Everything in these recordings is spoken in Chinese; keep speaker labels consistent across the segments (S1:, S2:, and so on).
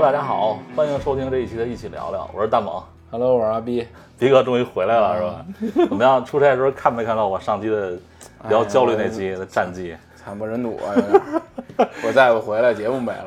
S1: 大家好，欢迎收听这一期的《一起聊聊》，我是大猛，
S2: Hello，我是阿 B。
S1: 迪哥终于回来
S2: 啊
S1: 了，是吧？怎 么样？出差的时候看没看到我上期的聊焦虑那
S2: 哎
S1: 期的战绩？
S2: 惨不忍睹啊！有点儿我再不回来，节目没了。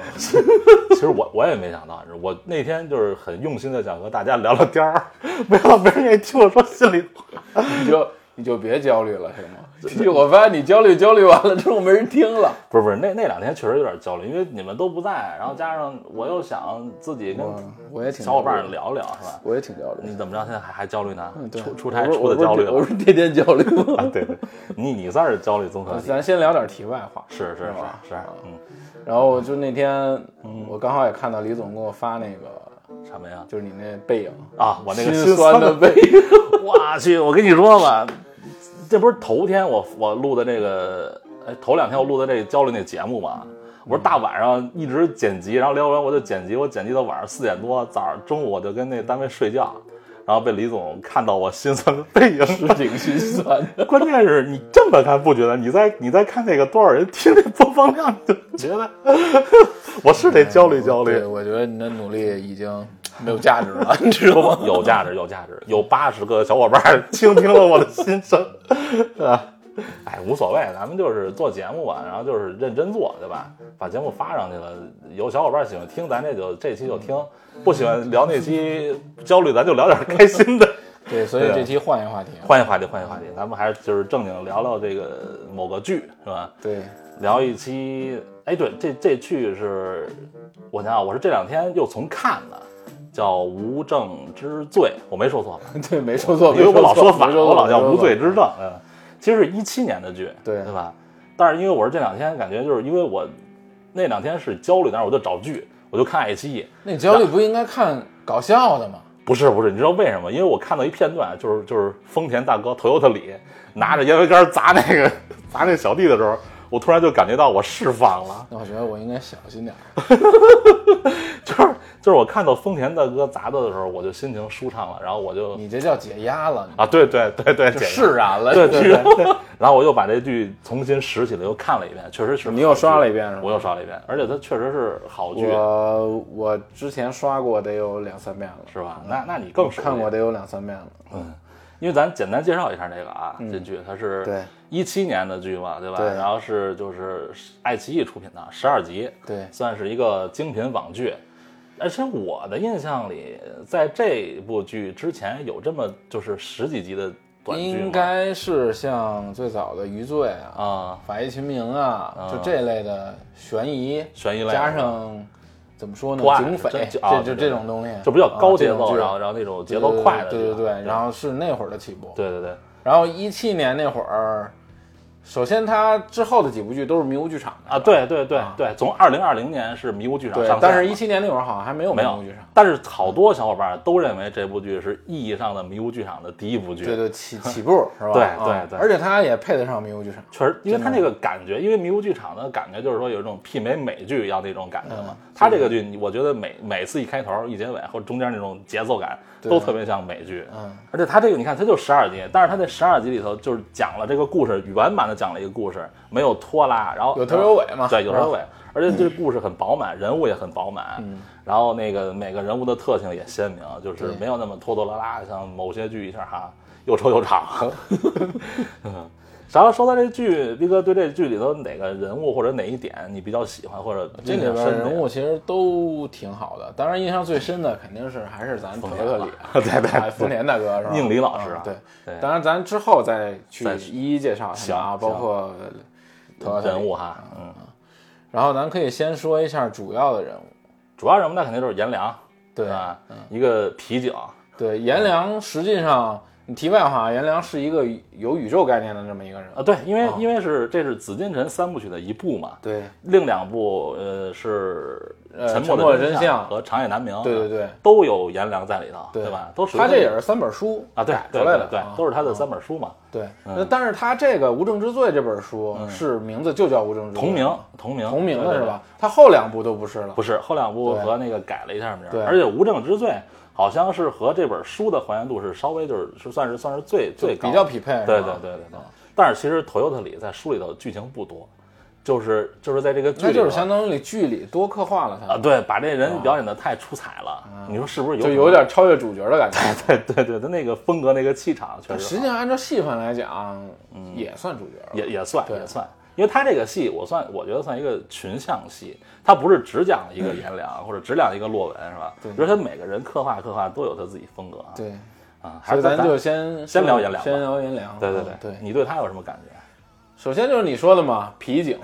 S1: 其实我我也没想到，我那天就是很用心的想和大家聊聊天儿， 没想到没人愿意听我说心里话。
S2: 你就你就别焦虑了，行吗？就我发现你焦虑焦虑完了之后没人听了。
S1: 不是不是，那那两天确实有点焦虑，因为你们都不在，然后加上我又想自己跟
S2: 嗯，我也挺
S1: 小伙伴
S2: 焦虑的，
S1: 聊聊，是吧？
S2: 我也挺焦虑的
S1: 你。怎么着？现在还还焦虑呢？
S2: 对啊
S1: 出出差
S2: 我不
S1: 出
S2: 是
S1: 的焦虑
S2: 我
S1: 了
S2: 不。是天天焦虑吗？
S1: 啊，对对，你你算是焦虑综合体，
S2: 咱先聊点题外话。
S1: 是是
S2: 是吧
S1: 是是，嗯，
S2: 然后就那天，嗯我刚好也看到李总给我发那个，
S1: 什么呀？
S2: 就是你那背影，
S1: 啊，我那个
S2: 心
S1: 酸
S2: 酸的背影。
S1: 我去，我跟你说吧，这不是头天我我录的这个，哎，头两天我录的这个焦虑那节目嘛，我
S2: 嗯
S1: 是大晚上一直剪辑，然后聊完我就剪辑，我剪辑到晚上四点多，早上中午我就跟那单位睡觉，然后被李总看到我心酸的背影。
S2: 是挺心酸的。
S1: 关键是你这么看不觉得？你在你在看那个多少人听那播放量，你就 觉得我是得焦虑焦虑。
S2: 哎对，我觉得你的努力已经没有价值了，你知道吗？
S1: 有价值，有价值，有八十个小伙伴儿倾听了我的心声，是吧？哎，无所谓，咱们就是做节目吧，然后就是认真做，对吧？把节目发上去了，有小伙伴喜欢听，咱这就这期就听；不喜欢聊那期焦虑，咱就聊点开心的。
S2: 对，所以
S1: 对啊
S2: 这期换一个话题啊。
S1: 换一话题，换一话题，咱们还是就是正经聊聊这个某个剧，是吧？
S2: 对，
S1: 聊一期，哎，对，这这剧是，我想想，啊我是这两天又重看的，叫《无证之罪》，我没说错吧？
S2: 对，没说错，
S1: 因为我老说反，
S2: 没错
S1: 我老叫无。
S2: 没
S1: 罪
S2: 错
S1: 之证。嗯，其实是一七年的剧，
S2: 对
S1: 对吧？但是因为我是这两天感觉就是因为我那两天是焦虑，但是我就找剧，我就看爱奇艺。
S2: 那焦虑不应该看搞笑的吗？
S1: 不是不是，你知道为什么？因为我看到一片段，就是就是丰田大哥 Toyota 里拿着烟灰缸砸那个砸那小弟的时候，我突然就感觉到我释放了。
S2: 那我觉得我应该小心点儿。
S1: 就是就是我看到丰田大哥砸他的时候，我就心情舒畅了，然后我就
S2: 你这啊叫解压了，
S1: 啊，对对对对，
S2: 就
S1: 姐
S2: 释然了。
S1: 对
S2: 对
S1: 对，对，然后我又把这剧重新拾起来又看了一遍，确实是
S2: 你又刷了一遍是吗
S1: 我又刷了一遍，而且它确实是好剧，
S2: 我我之前刷过得有两三遍了，
S1: 是吧？那那你更熟悉
S2: 看过，得有两三遍了。
S1: 因为咱简单介绍一下这个啊，这剧它是
S2: 嗯对
S1: 一七年的剧嘛，对吧？
S2: 对
S1: 然后是就是爱奇艺出品的十二集，
S2: 对
S1: 算是一个精品网剧。而且我的印象里，在这部剧之前有这么就是十几集的短剧吗
S2: 应该是像最早的《余罪》啊，
S1: 啊、
S2: 《法医秦明》啊，就这类的悬疑，
S1: 悬疑类的
S2: 加上怎么说呢
S1: 破，案
S2: 警匪，
S1: 真
S2: 这
S1: 啊
S2: 就
S1: 对对
S2: 这种东西，
S1: 就比较高
S2: 啊
S1: 节奏，
S2: 这种剧
S1: 然后然后那种节奏快的剧
S2: 对
S1: 啊，
S2: 对对对，然后是那会儿的起步。
S1: 对对对，
S2: 然后一七年那会儿，首先他之后的几部剧都是迷雾剧场的
S1: 啊，对对对对，从二零二零年是迷雾剧场
S2: 对
S1: 上线，
S2: 但是
S1: 嘛
S2: 一七年那会儿好像还没有迷
S1: 没有
S2: 雾剧场，，
S1: 但是好多小伙伴都认为这部剧是意义上的迷雾剧场的第一部剧，
S2: 对对，起起步是吧？
S1: 对
S2: 啊
S1: 对对
S2: 而且他也配得上迷雾剧场，
S1: 确实，因为它那个感觉，因为迷雾剧场的感觉就是说有一种媲美美剧要那种感觉
S2: 嗯
S1: 嘛。它这个剧，你我觉得每每次一开头、一结尾或者中间那种节奏感都特别像美剧。
S2: 嗯，
S1: 而且它这个你看，它就十二集，但是它这十二集里头就是讲了这个故事，完满的讲了一个故事，没有拖拉，然后
S2: 有头有尾嘛
S1: 对，有头
S2: 是吧嗯
S1: 有尾，而且这个故事很饱满，人物也很饱满。然后那个每个人物的特性也鲜明，就是
S2: 对
S1: 没有那么拖拖拉拉，像某些剧一下哈又臭又长。然后说到这剧，斌哥对这剧里头哪个人物或者哪一点你比较喜欢，或者
S2: 这
S1: 印
S2: 里
S1: 象
S2: 边
S1: 深
S2: 人物其实都挺好的，当然印象最深的肯定是还是咱
S1: 丰
S2: 头
S1: 田
S2: 特
S1: 了
S2: 里，
S1: 对对
S2: 哎丰田大哥是吧？
S1: 宁理老师啊
S2: 嗯对
S1: 对
S2: 当然咱之后再去
S1: 再
S2: 一一介绍他们啊，
S1: 行
S2: 包括头
S1: 的
S2: 特
S1: 人
S2: 里。
S1: 物哈，嗯，
S2: 然后咱可以先说一下主要的人物，
S1: 主要人物那肯定就是颜良，
S2: 对嗯
S1: 吧？一个皮啊警，
S2: 对，颜良实际上，你题外话，颜良是一个有宇宙概念的这么一个人。
S1: 啊，对，因
S2: 哦
S1: 为、因为是这是紫禁城三部曲的一部嘛，
S2: 对，
S1: 另两部呃是
S2: 呃
S1: 沉
S2: 沉默
S1: 默
S2: 的
S1: 的
S2: 真
S1: 相
S2: 相
S1: 和长夜难明，
S2: 对对对
S1: 都有颜良在里头，
S2: 对
S1: 吧？都属于
S2: 他这也是三本书
S1: 啊，对
S2: 改出
S1: 对
S2: 来
S1: 对
S2: 的，
S1: 对
S2: 啊，
S1: 都是他的三本书嘛，
S2: 对。那但是他这个《无证之罪》这本书是名字就叫《无证之
S1: 嗯
S2: 罪》，
S1: 同名同名
S2: 同名
S1: 对
S2: 的
S1: 对
S2: 是
S1: 对
S2: 吧？他后两部都不是了，
S1: 不是，后两部
S2: 对
S1: 和那个改了一下名儿，
S2: 对
S1: 而且《无证之罪》好像是和这本书的还原度是稍微就是是算是算是最最高的，
S2: 比较匹配。
S1: 对对
S2: 是吧
S1: 对对对。但是其实《头 o y 里在书里头剧情不多，就是就是在这个剧
S2: 那
S1: 里头，
S2: 就是相当于剧里多刻画了
S1: 啊，
S2: 他，
S1: 对，把这人表演的太出彩了，你说是不是有
S2: 嗯就
S1: 可
S2: 有
S1: 能
S2: 点超越主角的感觉。
S1: 对对对，他那个风格那个气场确
S2: 实
S1: 实
S2: 际
S1: 好
S2: 上按照戏份来讲，
S1: 嗯
S2: 也算主角了。
S1: 也也算
S2: 对
S1: 也算，因为他这个戏我算我觉得算一个群像戏，他不是只讲一个颜良、或者只讲一个洛文是吧？
S2: 对
S1: 比如他每个人刻画刻画都有他自己风格啊。
S2: 对，
S1: 啊，还
S2: 所以
S1: 是
S2: 咱就先
S1: 先聊颜良吧
S2: 先聊颜良。
S1: 对对
S2: 嗯
S1: 对
S2: 对，
S1: 你对他有什么感觉？
S2: 首先就是你说的嘛，皮景。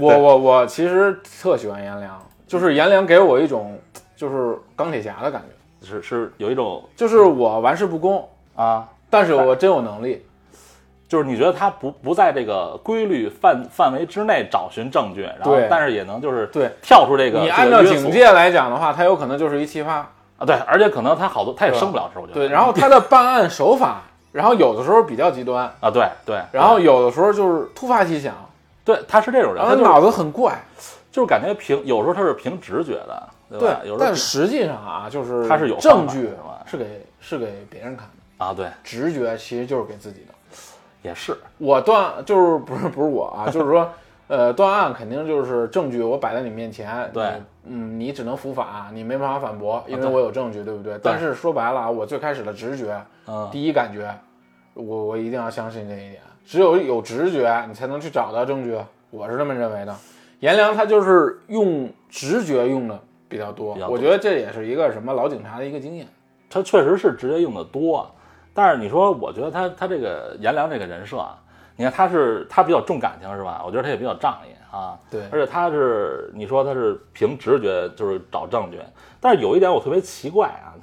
S2: 我我我其实特喜欢颜良，就是颜良给我一种就是钢铁侠的感觉，
S1: 是是有一种
S2: 就是我玩世不恭，
S1: 啊，
S2: 但是我真有能力。
S1: 就是你觉得他不不在这个规律范范围之内找寻证据，然后
S2: 对
S1: 但是也能就是
S2: 对
S1: 跳出这个
S2: 你
S1: 这
S2: 按
S1: 个
S2: 照
S1: 约
S2: 警
S1: 束
S2: 戒来讲的话，他有可能就是一奇葩。
S1: 啊，对，而且可能他好多他也
S2: 对吧
S1: 升不了职，我觉得
S2: 对，然后他的办案手法， 然后有的时候比较极端，
S1: 啊对对，
S2: 然后有的时候就是突发奇想，
S1: 对他是这种人，
S2: 然
S1: 他
S2: 后
S1: 就是
S2: 脑子很怪。
S1: 就是感觉凭有时候他是凭直觉的，对
S2: 对
S1: 吧？有，时候
S2: 但实际上啊，就是
S1: 他是有方
S2: 证
S1: 法
S2: 据
S1: 的嘛
S2: 是给是给别人看的，
S1: 啊，对，
S2: 直觉其实就是给自己的。
S1: 也是
S2: 我断就是不是不是我 啊，就是说，呃，断案肯定就是证据，我摆在你面前，
S1: 对啊
S2: 你，嗯，你只能伏法，你没办法反驳，因为
S1: 对
S2: 我有证据，对不对？但是说白了啊，我最开始的直觉，
S1: 嗯
S2: 第一感觉，我我一定要相信这一点，只有有直觉，你才能去找到证据，我是这么认为的。颜良他就是用直觉用的比较多，
S1: 比较多
S2: 我觉得这也是一个什么老警察的一个经验。
S1: 他确实是直接用的多，啊但是你说，我觉得他他这个颜良这个人设啊，你看他是他比较重感情是吧？我觉得他也比较仗义啊，
S2: 对
S1: 而且他是你说他是凭直觉就是找证据，但是有一点我特别奇怪啊，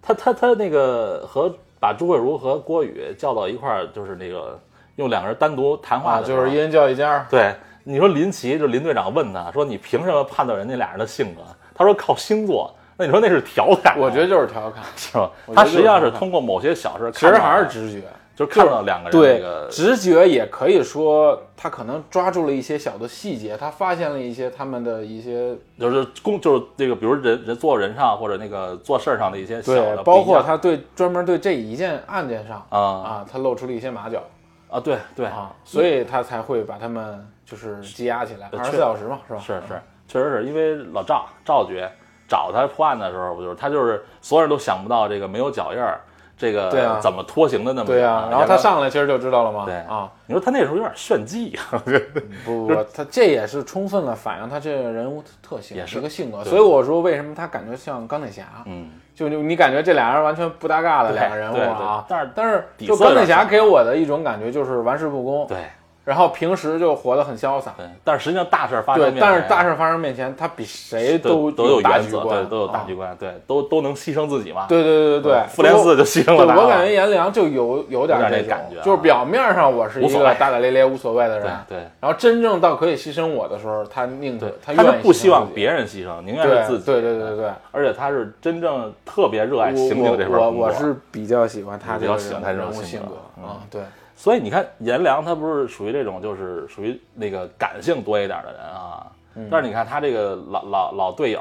S1: 他他他他那个和把朱慧茹和郭宇叫到一块儿，就是那个用两个人单独谈话
S2: 啊，
S1: 的时
S2: 就
S1: 候、
S2: 是一人叫一家，
S1: 对，你说林奇就林队长问他说：“你凭什么判断人家俩人的性格？”他说：“靠星座。”那你说那是调侃啊，
S2: 我觉得就是 调侃，
S1: 是吧？
S2: 我觉得
S1: 他实际上
S2: 就是是
S1: 通过某些小事看到，
S2: 其实还是直觉。
S1: 就是看到两个人
S2: 对
S1: 那个，
S2: 直觉也可以说，他可能抓住了一些小的细节，他发现了一些他们的一些
S1: 就是工就是这个，比如人人做人上或者那个做事儿上的一些小的不一
S2: 对
S1: 样，，
S2: 包括他对专门对这一件案件上
S1: 啊
S2: 啊，他露出了一些马脚
S1: 啊，对对，
S2: 啊，所以他才会把他们就是羁押起来
S1: 对
S2: 二十
S1: 确
S2: 四小时嘛，是吧？
S1: 是是，确实是因为老赵赵局找他破案的时候，不就是他就是所有人都想不到这个没有脚印儿，这个
S2: 对啊
S1: 怎么拖行的那么
S2: 对
S1: 呀、
S2: 啊，然后他上来其实就知道了嘛，
S1: 对
S2: 啊，，
S1: 你说他那时候有点炫技，啊
S2: 不不不，他这也是充分了反映他这个人物特性，
S1: 也是
S2: 一个性格，
S1: 对
S2: 所以我说为什么他感觉像钢铁侠，
S1: 嗯。
S2: 就就你感觉这俩人完全不搭嘎的
S1: 对
S2: 两个人物啊，
S1: 对对
S2: 但是
S1: 底
S2: 就
S1: 色有
S2: 钢
S1: 点
S2: 铁侠
S1: 像
S2: 给我的一种感觉就是玩世不恭，
S1: 对
S2: 然后平时就活得很潇洒，
S1: 对，但是实际上大事儿发生
S2: 对，
S1: 面前，
S2: 但是大事发生面前，他比谁
S1: 都
S2: 都
S1: 有
S2: 大
S1: 原
S2: 局
S1: 则，
S2: 观，
S1: 对，都有大局
S2: 啊，
S1: 观，对，都都能牺牲自己嘛。
S2: 对对对对对，
S1: 复联四
S2: 我。
S1: 就牺牲
S2: 对，
S1: 了大家。
S2: 我感觉颜良就有有点
S1: 有点
S2: 这
S1: 这
S2: 种
S1: 感觉啊
S2: 就是表面上我是一
S1: 无所
S2: 个
S1: 谓
S2: 大大咧咧无所谓的人，
S1: 对对
S2: 然后真正到可以牺牲我的时候，他宁可
S1: 对，
S2: 他
S1: 是
S2: 愿意
S1: 不
S2: 牺牲
S1: 希望
S2: 自己
S1: 别人牺牲，宁愿
S2: 对
S1: 是自己。
S2: 对对对对对，
S1: 而且他是真正特别热
S2: 哎
S1: 爱刑警这份
S2: 我我
S1: 工作。
S2: 我是比较喜欢他
S1: 比
S2: 这
S1: 较
S2: 个
S1: 喜欢
S2: 人
S1: 他这种
S2: 人物
S1: 性
S2: 性
S1: 格
S2: 格啊，对。
S1: 所以你看颜良，他不是属于这种就是属于那个感性多一点的人啊。
S2: 嗯
S1: 但是你看他这个老老老队友，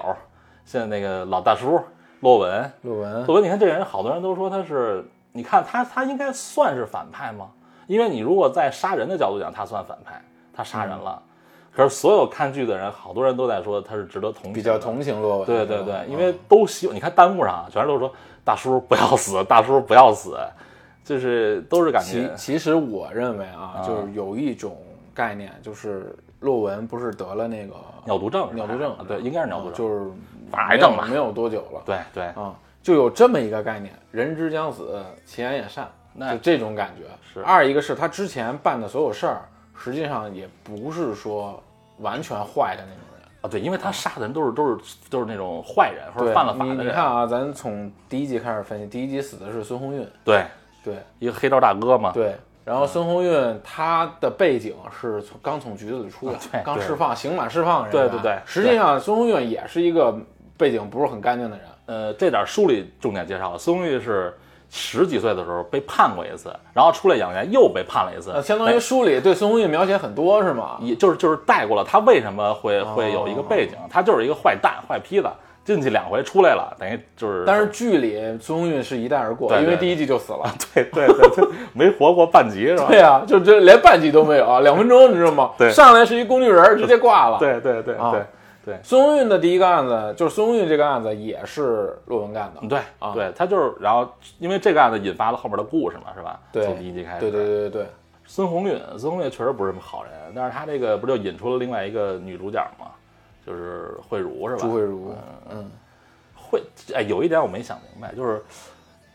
S1: 现在那个老大叔洛文，
S2: 论文
S1: 所以你看这人，好多人都说他是，你看他他应该算是反派吗？因为你如果在杀人的角度讲，他算反派，他杀人
S2: 嗯
S1: 了。可是所有看剧的人，好多人都在说他是值得同情，
S2: 比较。嗯同情洛文，
S1: 对对
S2: 是吧啊
S1: 对，因为都希望你看弹幕上啊全都说大叔不要死，大叔不要死，就是都是感
S2: 其
S1: 觉
S2: 其实我认为嗯啊，就是有一种概念，就是洛文不是得了那个
S1: 尿毒症是吧，
S2: 尿毒症
S1: 啊，对，应该是尿毒症，
S2: 嗯就是
S1: 反正癌症
S2: 没有
S1: 吧
S2: 没有多久了，
S1: 对对
S2: 啊，就有这么一个概念，人之将死，其言也善，
S1: 那
S2: 就这种感觉。
S1: 是
S2: 二一个是他之前办的所有事儿，实际上也不是说完全坏的那种人。
S1: 啊对，因为他杀的人都是都是都是那种坏人或者
S2: 对
S1: 犯了法
S2: 你
S1: 的
S2: 你
S1: 人，
S2: 看啊，咱从第一集开始分析，第一集死的是孙红运，
S1: 对，
S2: 对
S1: 一个黑道大哥嘛，
S2: 对。然后孙红运他的背景是从刚从局子里出来，
S1: 啊对
S2: 刚
S1: 对
S2: 释放，刑满释放人员。啊
S1: 对对对
S2: 实际上孙红运也是一个背景不是很干净的人。
S1: 呃，这点书里重点介绍了，孙红玉是十几岁的时候被判过一次，然后出来养年又被判了一次，
S2: 那啊相当于
S1: 哎
S2: 书里对孙红运描写很多是吗？哦
S1: 也就是就是带过了他为什么会会有一个背景，他就是一个坏蛋坏坯子，进去两回，出来了，等于就是，
S2: 但是剧里孙红运是一带而过，
S1: 对对
S2: 因为
S1: 对
S2: 第一季就死了。
S1: 对对对对，没活过半集是吧？
S2: 对啊，就这连半集都没有啊，两分钟你知道吗？
S1: 对
S2: 上来是一工具人儿，直接挂了。，
S1: 对对对
S2: 啊
S1: 对对
S2: 孙红运的第一个案子就是孙红运这个案子也是陆文干的。
S1: 对
S2: 啊
S1: 对，他就是，然后因为这个案子引发了后边的故事嘛，是吧？
S2: 对
S1: 从第一集开始，
S2: 对对对对对，
S1: 孙红运，孙红运确实不是什么好人，但是他这个不就引出了另外一个女主角嘛，就是慧茹是吧？
S2: 朱慧茹，嗯，
S1: 慧，哎，有一点我没想明白，就是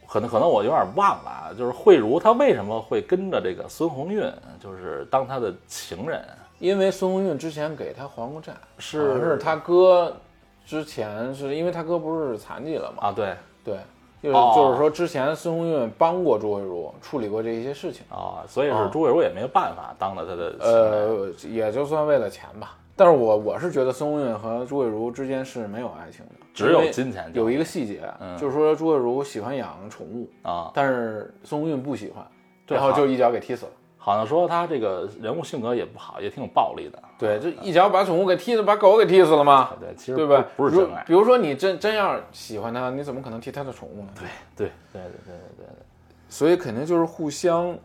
S1: 可能可能我有点忘了啊，就是慧茹她为什么会跟着这个孙红运，就是当她的情人？
S2: 因为孙红运之前给他还过债，
S1: 啊是
S2: 好像是他哥之前是因为他哥不是残疾了嘛？
S1: 啊，对，
S2: 对，就是、
S1: 哦
S2: 就是说之前孙红运帮过朱慧茹处理过这一些事情，
S1: 啊、所以
S2: 啊
S1: 是朱慧茹也没有办法当了他的情人。
S2: 呃，也就算为了钱吧。但是我我是觉得孙红运和朱慧茹之间是没有爱情的，
S1: 只有
S2: 因为
S1: 金钱
S2: 有一个细节，
S1: 嗯
S2: 就是说朱慧茹喜欢养宠物，
S1: 啊，
S2: 但是孙红运不喜欢，
S1: 对
S2: 然后就一脚给踢死了。
S1: 好像说他这个人物性格也不好，也挺有暴力的。啊
S2: 对，这一脚把宠物给踢死，把狗给踢死了吗？
S1: 对，其实
S2: 对吧？
S1: 不不是
S2: 如
S1: 真爱。
S2: 比如说你真真要喜欢它，你怎么可能踢它的宠物呢？对，
S1: 对对对对对对，
S2: 所以肯定就是互相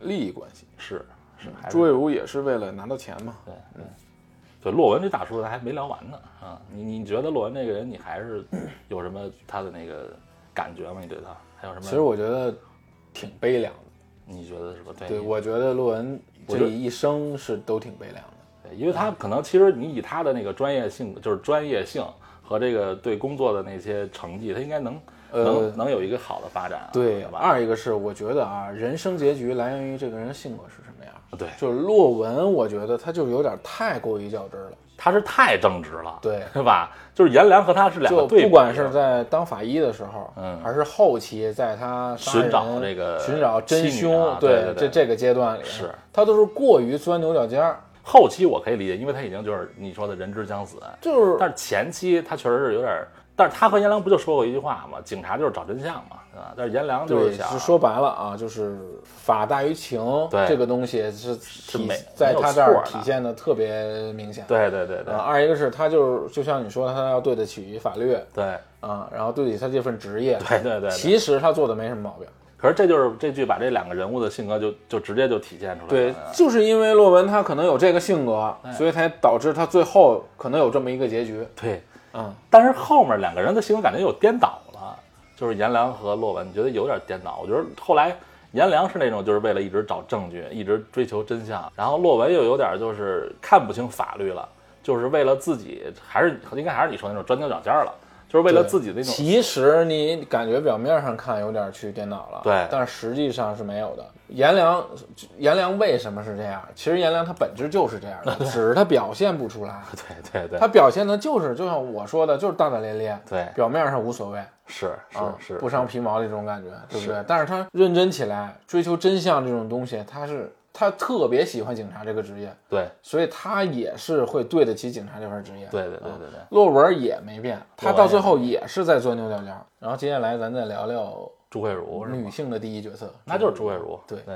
S2: 利益关系。
S1: 是是，还
S2: 朱
S1: 是
S2: 慧茹也是为了拿到钱嘛。
S1: 对对对。洛文这大叔咱还没聊完呢啊！你你觉得洛文这个人，你还是有什么他的那个感觉吗？你对他还有什么？
S2: 其实我觉得挺悲凉的。
S1: 你觉得是吧？对
S2: 对，
S1: 你
S2: 我觉得洛文
S1: 我觉
S2: 这
S1: 得
S2: 一生是都挺悲凉的。
S1: 对因为他可能其实你以他的那个专业性，就是专业性和这个对工作的那些成绩，他应该能
S2: 呃
S1: 能能有一个好的发展啊，
S2: 对，
S1: 吧？
S2: 二一个是我觉得啊，人生结局来源于这个人性格是什么样。
S1: 对，
S2: 就是洛文，我觉得他就有点太过于较真儿了。
S1: 他是太正直了，
S2: 对
S1: 是吧？就是颜良和他是两
S2: 就
S1: 个对比，
S2: 不管是在当法医的时候，
S1: 嗯
S2: 还是后期在他杀
S1: 寻找
S2: 人
S1: 这个
S2: 寻找真
S1: 妻女啊
S2: 凶，
S1: 对对对
S2: 这这个阶段里，
S1: 是
S2: 他都是过于钻牛角尖儿，
S1: 后期我可以理解，因为他已经就是你说的人之将死，
S2: 就是
S1: 但是前期他确实是有点儿，但是他和颜良不就说过一句话嘛，警察就是找真相嘛，对吧？但是颜良就是
S2: 对，
S1: 想
S2: 是说白了啊，就是法大于情
S1: 对
S2: 这个东西是体
S1: 没
S2: 在
S1: 没有
S2: 他这儿
S1: 错的
S2: 体现的特别明显。
S1: 对对对对
S2: 啊，二一个是他就是就像你说的，他要对得起法律
S1: 对
S2: 啊，然后对得起他这份职业。
S1: 对 对对对。
S2: 其实他做的没什么毛病。
S1: 可是这就是这剧把这两个人物的性格就就直接就体现出来
S2: 对
S1: 了。，
S2: 就是因为洛文他可能有这个性格，
S1: 哎
S2: 所以才导致他最后可能有这么一个结局。
S1: 对，
S2: 嗯，
S1: 但是后面两个人的性格感觉有颠倒了，就是颜良和洛文，你觉得有点颠倒？我觉得后来颜良是那种就是为了一直找证据，一直追求真相，然后洛文又有点就是看不清法律了，就是为了自己，还是应该还是你说那种钻牛角尖儿了，就是为了自己的那种。
S2: 其实你感觉表面上看有点去颠倒了，
S1: 对
S2: 但是实际上是没有的。颜良，颜良为什么是这样？其实颜良他本质就是这样 的，只是他表现不出来。
S1: 对对对
S2: 他，表现的就是，就像我说的，就是大大咧咧，
S1: 对
S2: 表面上无所谓，
S1: 是是
S2: 啊
S1: 是，
S2: 不伤皮毛的这种感觉，对不对？但是他认真起来，追求真相这种东西，他是他特别喜欢警察这个职业，
S1: 对
S2: 所以他也是会对得起警察这份职业。
S1: 对对对
S2: 嗯
S1: 对对，
S2: 洛文也没变，他
S1: 洛文
S2: 到最后也是在钻牛角尖儿。然后接下来咱再聊聊
S1: 朱慧茹是吗？
S2: 女性的第一角色，
S1: 那就是朱慧茹，
S2: 嗯对
S1: 对，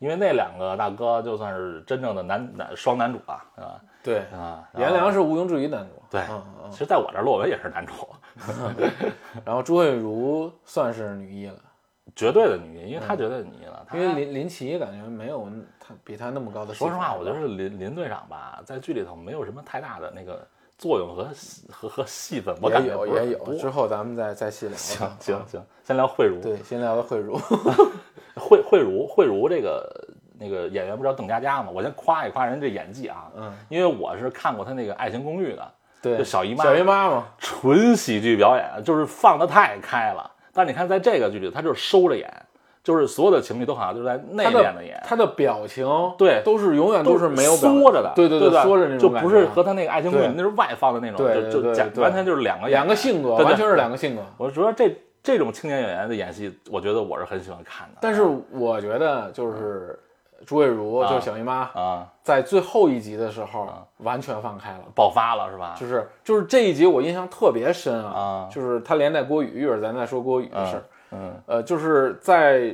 S1: 因为那两个大哥就算是真正的男男双男主吧，是吧？
S2: 对
S1: 啊，然后
S2: 颜良是毋庸置疑男主，
S1: 对
S2: 嗯嗯，
S1: 其实在我这儿洛文也是男主，
S2: 嗯然后朱慧茹算是女一了，
S1: 绝对的女一，因为他绝对的女一了。他
S2: 因为林林奇感觉没有他比他那么高的戏
S1: 说
S2: 份。
S1: 实话，我觉得林林队长吧，在剧里头没有什么太大的那个作用和和和戏份，我感
S2: 也
S1: 觉
S2: 有
S1: 不是
S2: 也
S1: 很
S2: 有，
S1: 多
S2: 之后咱们再再细聊。嗯
S1: 行行行，先聊慧茹，
S2: 对，先聊聊慧茹，
S1: 慧慧茹慧茹这个那个演员不叫邓家佳嘛，我先夸一夸人这演技啊，
S2: 嗯，
S1: 因为我是看过她那个《爱情公寓》的，
S2: 对，
S1: 就小姨妈
S2: 小姨妈嘛，
S1: 纯喜剧表演，就是放得太开了。但是你看，在这个剧里，他就是收着演，就是所有的情侣都好像就是在内
S2: 她
S1: 敛
S2: 的
S1: 的演，
S2: 她的表情
S1: 对
S2: 都是永远
S1: 都
S2: 是没有表
S1: 缩着的，
S2: 对
S1: 对
S2: 对，
S1: 吧
S2: 缩着那
S1: 就
S2: 种感
S1: 不
S2: 觉，
S1: 是和他那个爱情公寓
S2: 对
S1: 那是外放的那种，
S2: 对对
S1: 就就
S2: 对
S1: 讲
S2: 对
S1: 完全就是两个演员
S2: 两个性格，
S1: 对对
S2: 完全是两个性格。
S1: 我觉得这这种青年演员的演戏，我觉得我是很喜欢看的。
S2: 但是我觉得就是朱慧茹，就是小姨妈，
S1: 啊，
S2: 在最后一集的时候完全放开了。
S1: 爆发了是吧？
S2: 就是就是这一集我印象特别深啊
S1: 啊，
S2: 就是他连带郭宇，一会儿咱再说郭宇的事儿。
S1: 嗯，
S2: 呃，就是在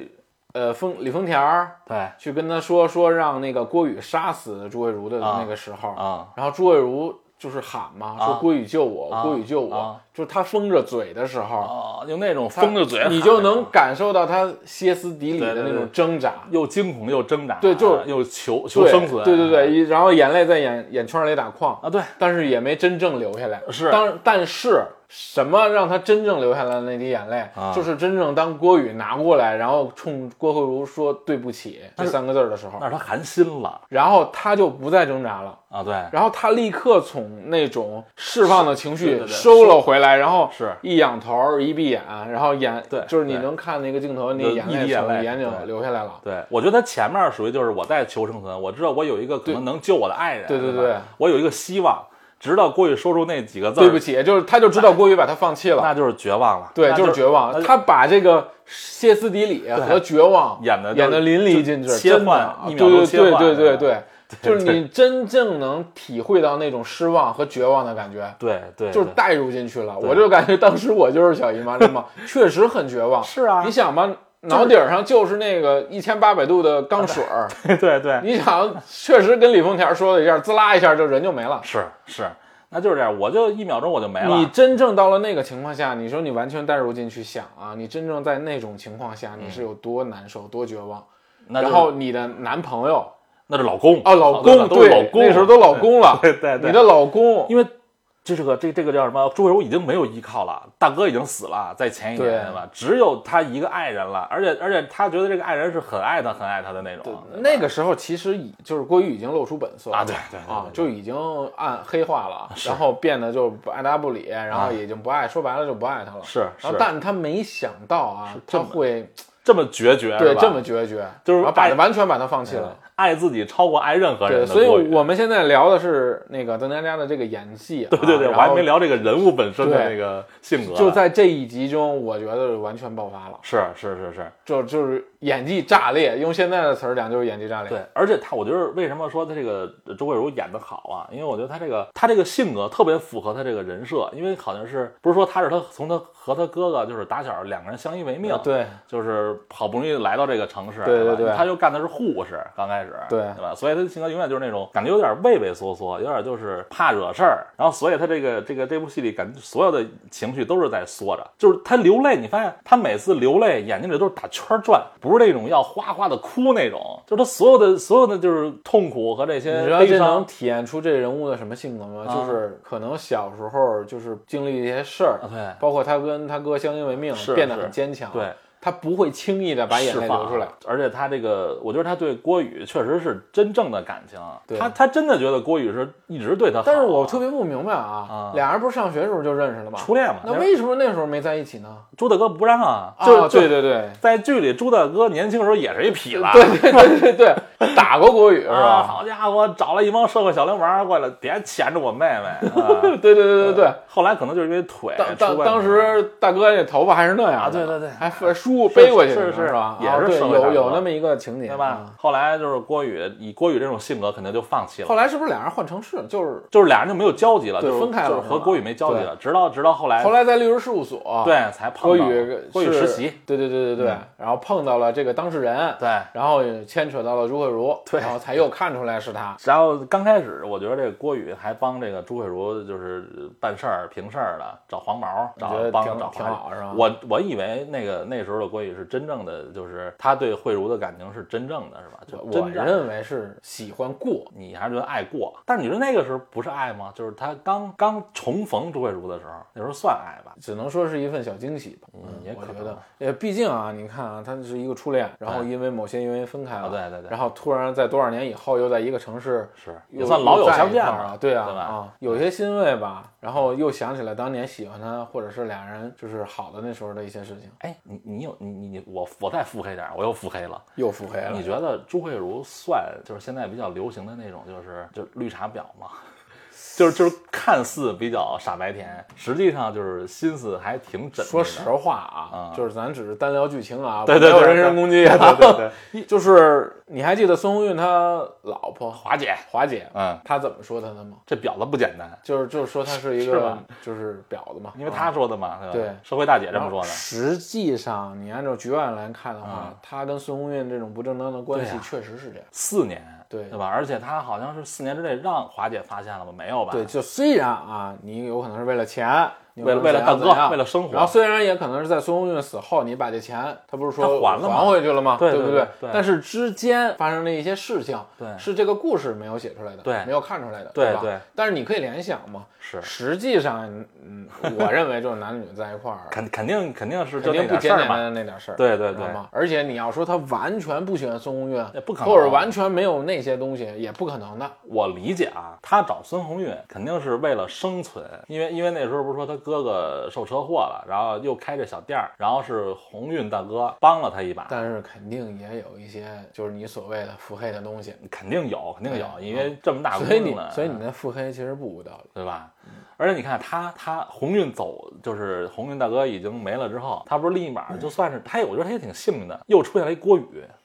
S2: 呃丰李丰田儿
S1: 对
S2: 去跟他说说让那个郭宇杀死朱慧茹的那个时候，
S1: 啊
S2: 然后朱慧茹就是喊嘛，说
S1: 啊
S2: 郭宇救我，
S1: 啊
S2: 郭宇救我
S1: 啊，
S2: 就是他封着嘴的时候，
S1: 啊，用那种
S2: 他
S1: 封着嘴喊那种，
S2: 你就能感受到他歇斯底里的
S1: 对对
S2: 那
S1: 对
S2: 种挣扎。
S1: 又惊恐又挣扎，啊
S2: 对就是
S1: 又求求生存，哎
S2: 对对对，然后眼泪在眼眼圈里打晃，
S1: 啊，对，
S2: 但是也没真正流下来。
S1: 是
S2: 当但是什么让他真正流下来的那滴眼泪，
S1: 啊
S2: 就是真正当郭宇拿过来，然后冲郭慧茹说对不起这三个字儿的时候，
S1: 那是他寒心了
S2: 然后他就不再挣扎了。
S1: 啊，对，
S2: 然后他立刻从那种释放的情
S1: 对
S2: 绪
S1: 对对
S2: 收了回来，然后
S1: 是
S2: 一仰头一闭眼，然后眼
S1: 对
S2: 就是你
S1: 对
S2: 能看那个镜头，那
S1: 就
S2: 眼
S1: 一
S2: 泪
S1: 滴眼
S2: 从
S1: 泪
S2: 眼
S1: 对
S2: 睛流下来了。
S1: 对，我觉得他前面属于就是我在求生存，我知道我有一个可能能救我的爱人，
S2: 对对
S1: 对吧
S2: 对
S1: 我有一个希望，直到郭宇说出那几个字儿，
S2: 对不起，就是他就知道郭宇把他放弃了，
S1: 那就是绝望了，
S2: 对，
S1: 那
S2: 就是绝望。他把这个歇斯底里和绝望
S1: 演得就是
S2: 演的淋漓尽致，
S1: 就切换
S2: 真的
S1: 一秒钟切换
S2: 对对
S1: 对
S2: 对对对，就是你真正能体会到那种失望和绝望的感觉。
S1: 对对，
S2: 就是
S1: 对
S2: 带入进去了，我就感觉当时我就是小姨妈，真的，确实很绝望。
S1: 是啊
S2: 你想吧，脑顶上就是那个一千八百度的钢水儿，
S1: 对对，
S2: 你想，确实跟李丰田说的一样，滋啦一下就人就没了。
S1: 是是，那就是这样，我就一秒钟我就没了，
S2: 你真正到了那个情况下，你说你完全带入进去想啊，你真正在那种情况下，你是有多难受、多绝望。
S1: 嗯那就
S2: 然
S1: 是
S2: 后你的男朋友
S1: 那是老公
S2: 哦，老
S1: 对吧
S2: 公
S1: 都是老公，啊
S2: 那时候都老公 了，
S1: 对对对
S2: 你的老公，
S1: 因为这是个这这个叫什么？朱慧茹已经没有依靠了，大哥已经死了，在前一年
S2: 对
S1: 吧，只有他一个爱人了，而且而且他觉得这个爱人是很爱他、很爱他的那种。
S2: 那个时候其实已就是郭宇已经露出本色
S1: 啊对对对
S2: 啊
S1: 对，
S2: 就已经暗黑化了，然后变得就不爱答不理，然后已经不爱，说白了就不爱他了。
S1: 是
S2: 然后
S1: 是
S2: 但他没想到啊，
S1: 这
S2: 他
S1: 么
S2: 会
S1: 这么决绝，
S2: 对
S1: 是吧
S2: 这么决绝，
S1: 就是哎
S2: 然后把
S1: 爱
S2: 完全把他放弃了。
S1: 爱自己超过爱任何人的
S2: 对，所以
S1: 郭宇
S2: 我们现在聊的是那个邓家佳的这个演技啊、
S1: 对对对，我
S2: 然
S1: 还
S2: 后
S1: 没聊这个人物本身的
S2: 对
S1: 那个性格呢，
S2: 就在这一集中，我觉得完全爆发了，
S1: 是是是是，
S2: 就就是演技炸裂，用现在的词儿讲就是演技炸裂。
S1: 对，而且他，我觉得为什么说他这个呃周慧茹演的好啊？因为我觉得他这个他这个性格特别符合他这个人设，因为好像是不是说他是他从他和他哥哥就是打小两个人相依为命，
S2: 啊，对
S1: 就是好不容易来到这个城市，
S2: 对对
S1: 吧
S2: 对
S1: 他又干的是护士，刚开始，
S2: 对
S1: 对吧？所以他的性格永远就是那种感觉有点畏畏缩缩，有点就是怕惹事儿，然后所以他这个这个这部戏里感觉所有的情绪都是在缩着，就是他流泪，你发现他每次流泪眼睛里都是打圈转，不是那种要哗哗的哭那种，就是他所有的所有的就是痛苦和这些
S2: 你知道
S1: 悲
S2: 这能
S1: 伤。
S2: 体现出这人物的什么性格吗？
S1: 啊
S2: 就是可能小时候就是经历一些事儿，
S1: 啊对
S2: 包括他跟他哥相依为命，
S1: 是
S2: 变得
S1: 是
S2: 很坚强，
S1: 对，
S2: 他不会轻易的把眼泪
S1: 释放啊
S2: 流出来。
S1: 而且他这个，我觉得他对郭宇确实是真正的感情，啊
S2: 对
S1: 他他真的觉得郭宇是一直对他好，
S2: 但是我特别不明白
S1: 啊，
S2: 啊俩人不是上学的时候就认识了吗？
S1: 初恋嘛，
S2: 那为什么那时候没在一起呢？
S1: 朱大哥不让啊，就是
S2: 就
S1: 是就
S2: 对对对，
S1: 在剧里，朱大哥年轻时候也是一痞子，
S2: 对对 对对对，打过国语是
S1: 啊，
S2: 吧？
S1: 好家伙，找了一帮社会小流氓过来，别钳着我妹妹。啊、
S2: 对对对对对。
S1: 后来可能就是因为腿
S2: 当
S1: 哎出
S2: 当
S1: 问题
S2: 当时大哥那头发还是那样
S1: 啊
S2: 的
S1: 对对对
S2: 还翻书
S1: 是
S2: 背过去
S1: 是
S2: 的
S1: 是
S2: 是吧？
S1: 也
S2: 啊
S1: 是
S2: 对
S1: 社会大
S2: 有
S1: 哥
S2: 有那么一个情节嗯
S1: 对吧？？后来就是郭宇，以郭宇这种性格，肯定就放弃了。
S2: 后来是不是俩人换城市了？就是
S1: 就是俩人就没有交集了，
S2: 对
S1: 就
S2: 分开了
S1: 就是
S2: 是吧
S1: 和郭宇没交集了。直到直到后来，
S2: 后来在律师事务所，，
S1: 哎对才碰
S2: 郭
S1: 到
S2: 宇
S1: 郭宇
S2: 是
S1: 实习，，
S2: 对对对对对
S1: 嗯，
S2: 然后碰到了这个当事人，
S1: 对。
S2: 然后也牵扯到了朱慧茹，
S1: 对
S2: 然后才又看出来是他。
S1: 然后刚开始，我觉得这个郭宇还帮这个朱慧茹就是办事儿、平事儿的，找黄毛，
S2: 你觉得
S1: 找帮
S2: 挺
S1: 找
S2: 挺
S1: 华
S2: 好是吧
S1: 我我以为那个那时候的郭宇是真正的，就是他对慧茹的感情是真正的，是吧？就
S2: 我
S1: 真正
S2: 认为是喜欢过，
S1: 你还是觉得爱过，但是你说那个时候不是爱吗？就是他刚刚重逢朱慧茹的时候，那时候算爱吧？
S2: 只能说是一份小惊喜吧。嗯，
S1: 也
S2: 我
S1: 可
S2: 觉
S1: 能
S2: 得，呃，毕竟啊，你看啊，他是一个初恋，然后因为某些原因分开了，
S1: 啊对对对
S2: 然后突然在多少年以后又在一个城市，
S1: 是
S2: 又
S1: 也算老友相
S2: 又在一
S1: 见
S2: 块儿了
S1: 吧？，
S2: 对啊，
S1: 对吧？
S2: 啊，有些欣慰吧，然后又想起来当年喜欢他，或者是俩人就是好的那时候的一些事情，
S1: 哎，你你有你你你我我再腹黑点儿，我又腹黑了。
S2: 又腹黑了。
S1: 你觉得朱慧茹算就是现在比较流行的那种，就是就绿茶婊吗？ 就是就是看似比较傻白甜，实际上就是心思还挺缜密的。
S2: 说实话啊
S1: 啊，
S2: 就是咱只是单聊剧情啊，
S1: 对对
S2: 没有
S1: 对
S2: 人身攻击啊，
S1: 对对
S2: 对， 就是你还记得孙红运他老婆
S1: 华姐，
S2: 华姐，
S1: 嗯，
S2: 她怎么说他的吗？
S1: 这婊子不简单，
S2: 就是就是说他是一
S1: 是
S2: 个
S1: 吧
S2: 就是婊子嘛，
S1: 因为
S2: 啊
S1: 她说的嘛，对吧？
S2: 对
S1: 社会大姐这么说的。
S2: 实际上，你按照局外人来看的话
S1: 嗯，
S2: 他跟孙红运这种不正当的关系
S1: 对啊
S2: 确实是这样。
S1: 四年，
S2: 对
S1: 对吧？而且她好像是四年之内让华姐发现了吧？没有吧？
S2: 啊对，就虽然啊，你有可能是为了钱，你
S1: 为了
S2: 怎
S1: 为
S2: 样
S1: 了大
S2: 怎样
S1: 哥，为了生
S2: 然
S1: 活，
S2: 后虽然也可能是在孙红运死后，你把这钱，他不是说
S1: 他还了吗
S2: 还回去了吗？
S1: 对
S2: 对不
S1: 对对对
S2: 但是之间发生了一些事情，
S1: 对
S2: 是这个故事没有写出来的，
S1: 对
S2: 没有看出来的，
S1: 对
S2: 吧？
S1: 对
S2: 但是你可以联想嘛，
S1: 是，
S2: 实际上，嗯，我认为就是男女在一块儿
S1: 肯肯定肯定是就
S2: 肯
S1: 那
S2: 定不
S1: 点事
S2: 简
S1: 儿
S2: 简单
S1: 嘛，
S2: 单那点事儿，
S1: 对对
S2: 知道
S1: 对，
S2: 吗？而且你要说他完全不喜欢孙红运
S1: 那，不可能啊
S2: 或者完全没有那些东西，也不可能的。
S1: 我理解啊，他找孙红运肯定是为了生存，因为因为那时候不是说他哥哥受车祸了，然后又开这小店儿，然后是鸿运大哥帮了他一把，
S2: 但是肯定也有一些，就是你所谓的腹黑的东西，
S1: 肯定有，肯定有，
S2: 对嗯
S1: 因为这么大姑
S2: 所以你
S1: 娘啊了，
S2: 所以你那腹黑其实不无道理。
S1: 对吧？而且你看他，他鸿运走，就是鸿运大哥已经没了之后，他不是立马就算是他也，我觉得他也挺幸运的，又出现了一郭宇，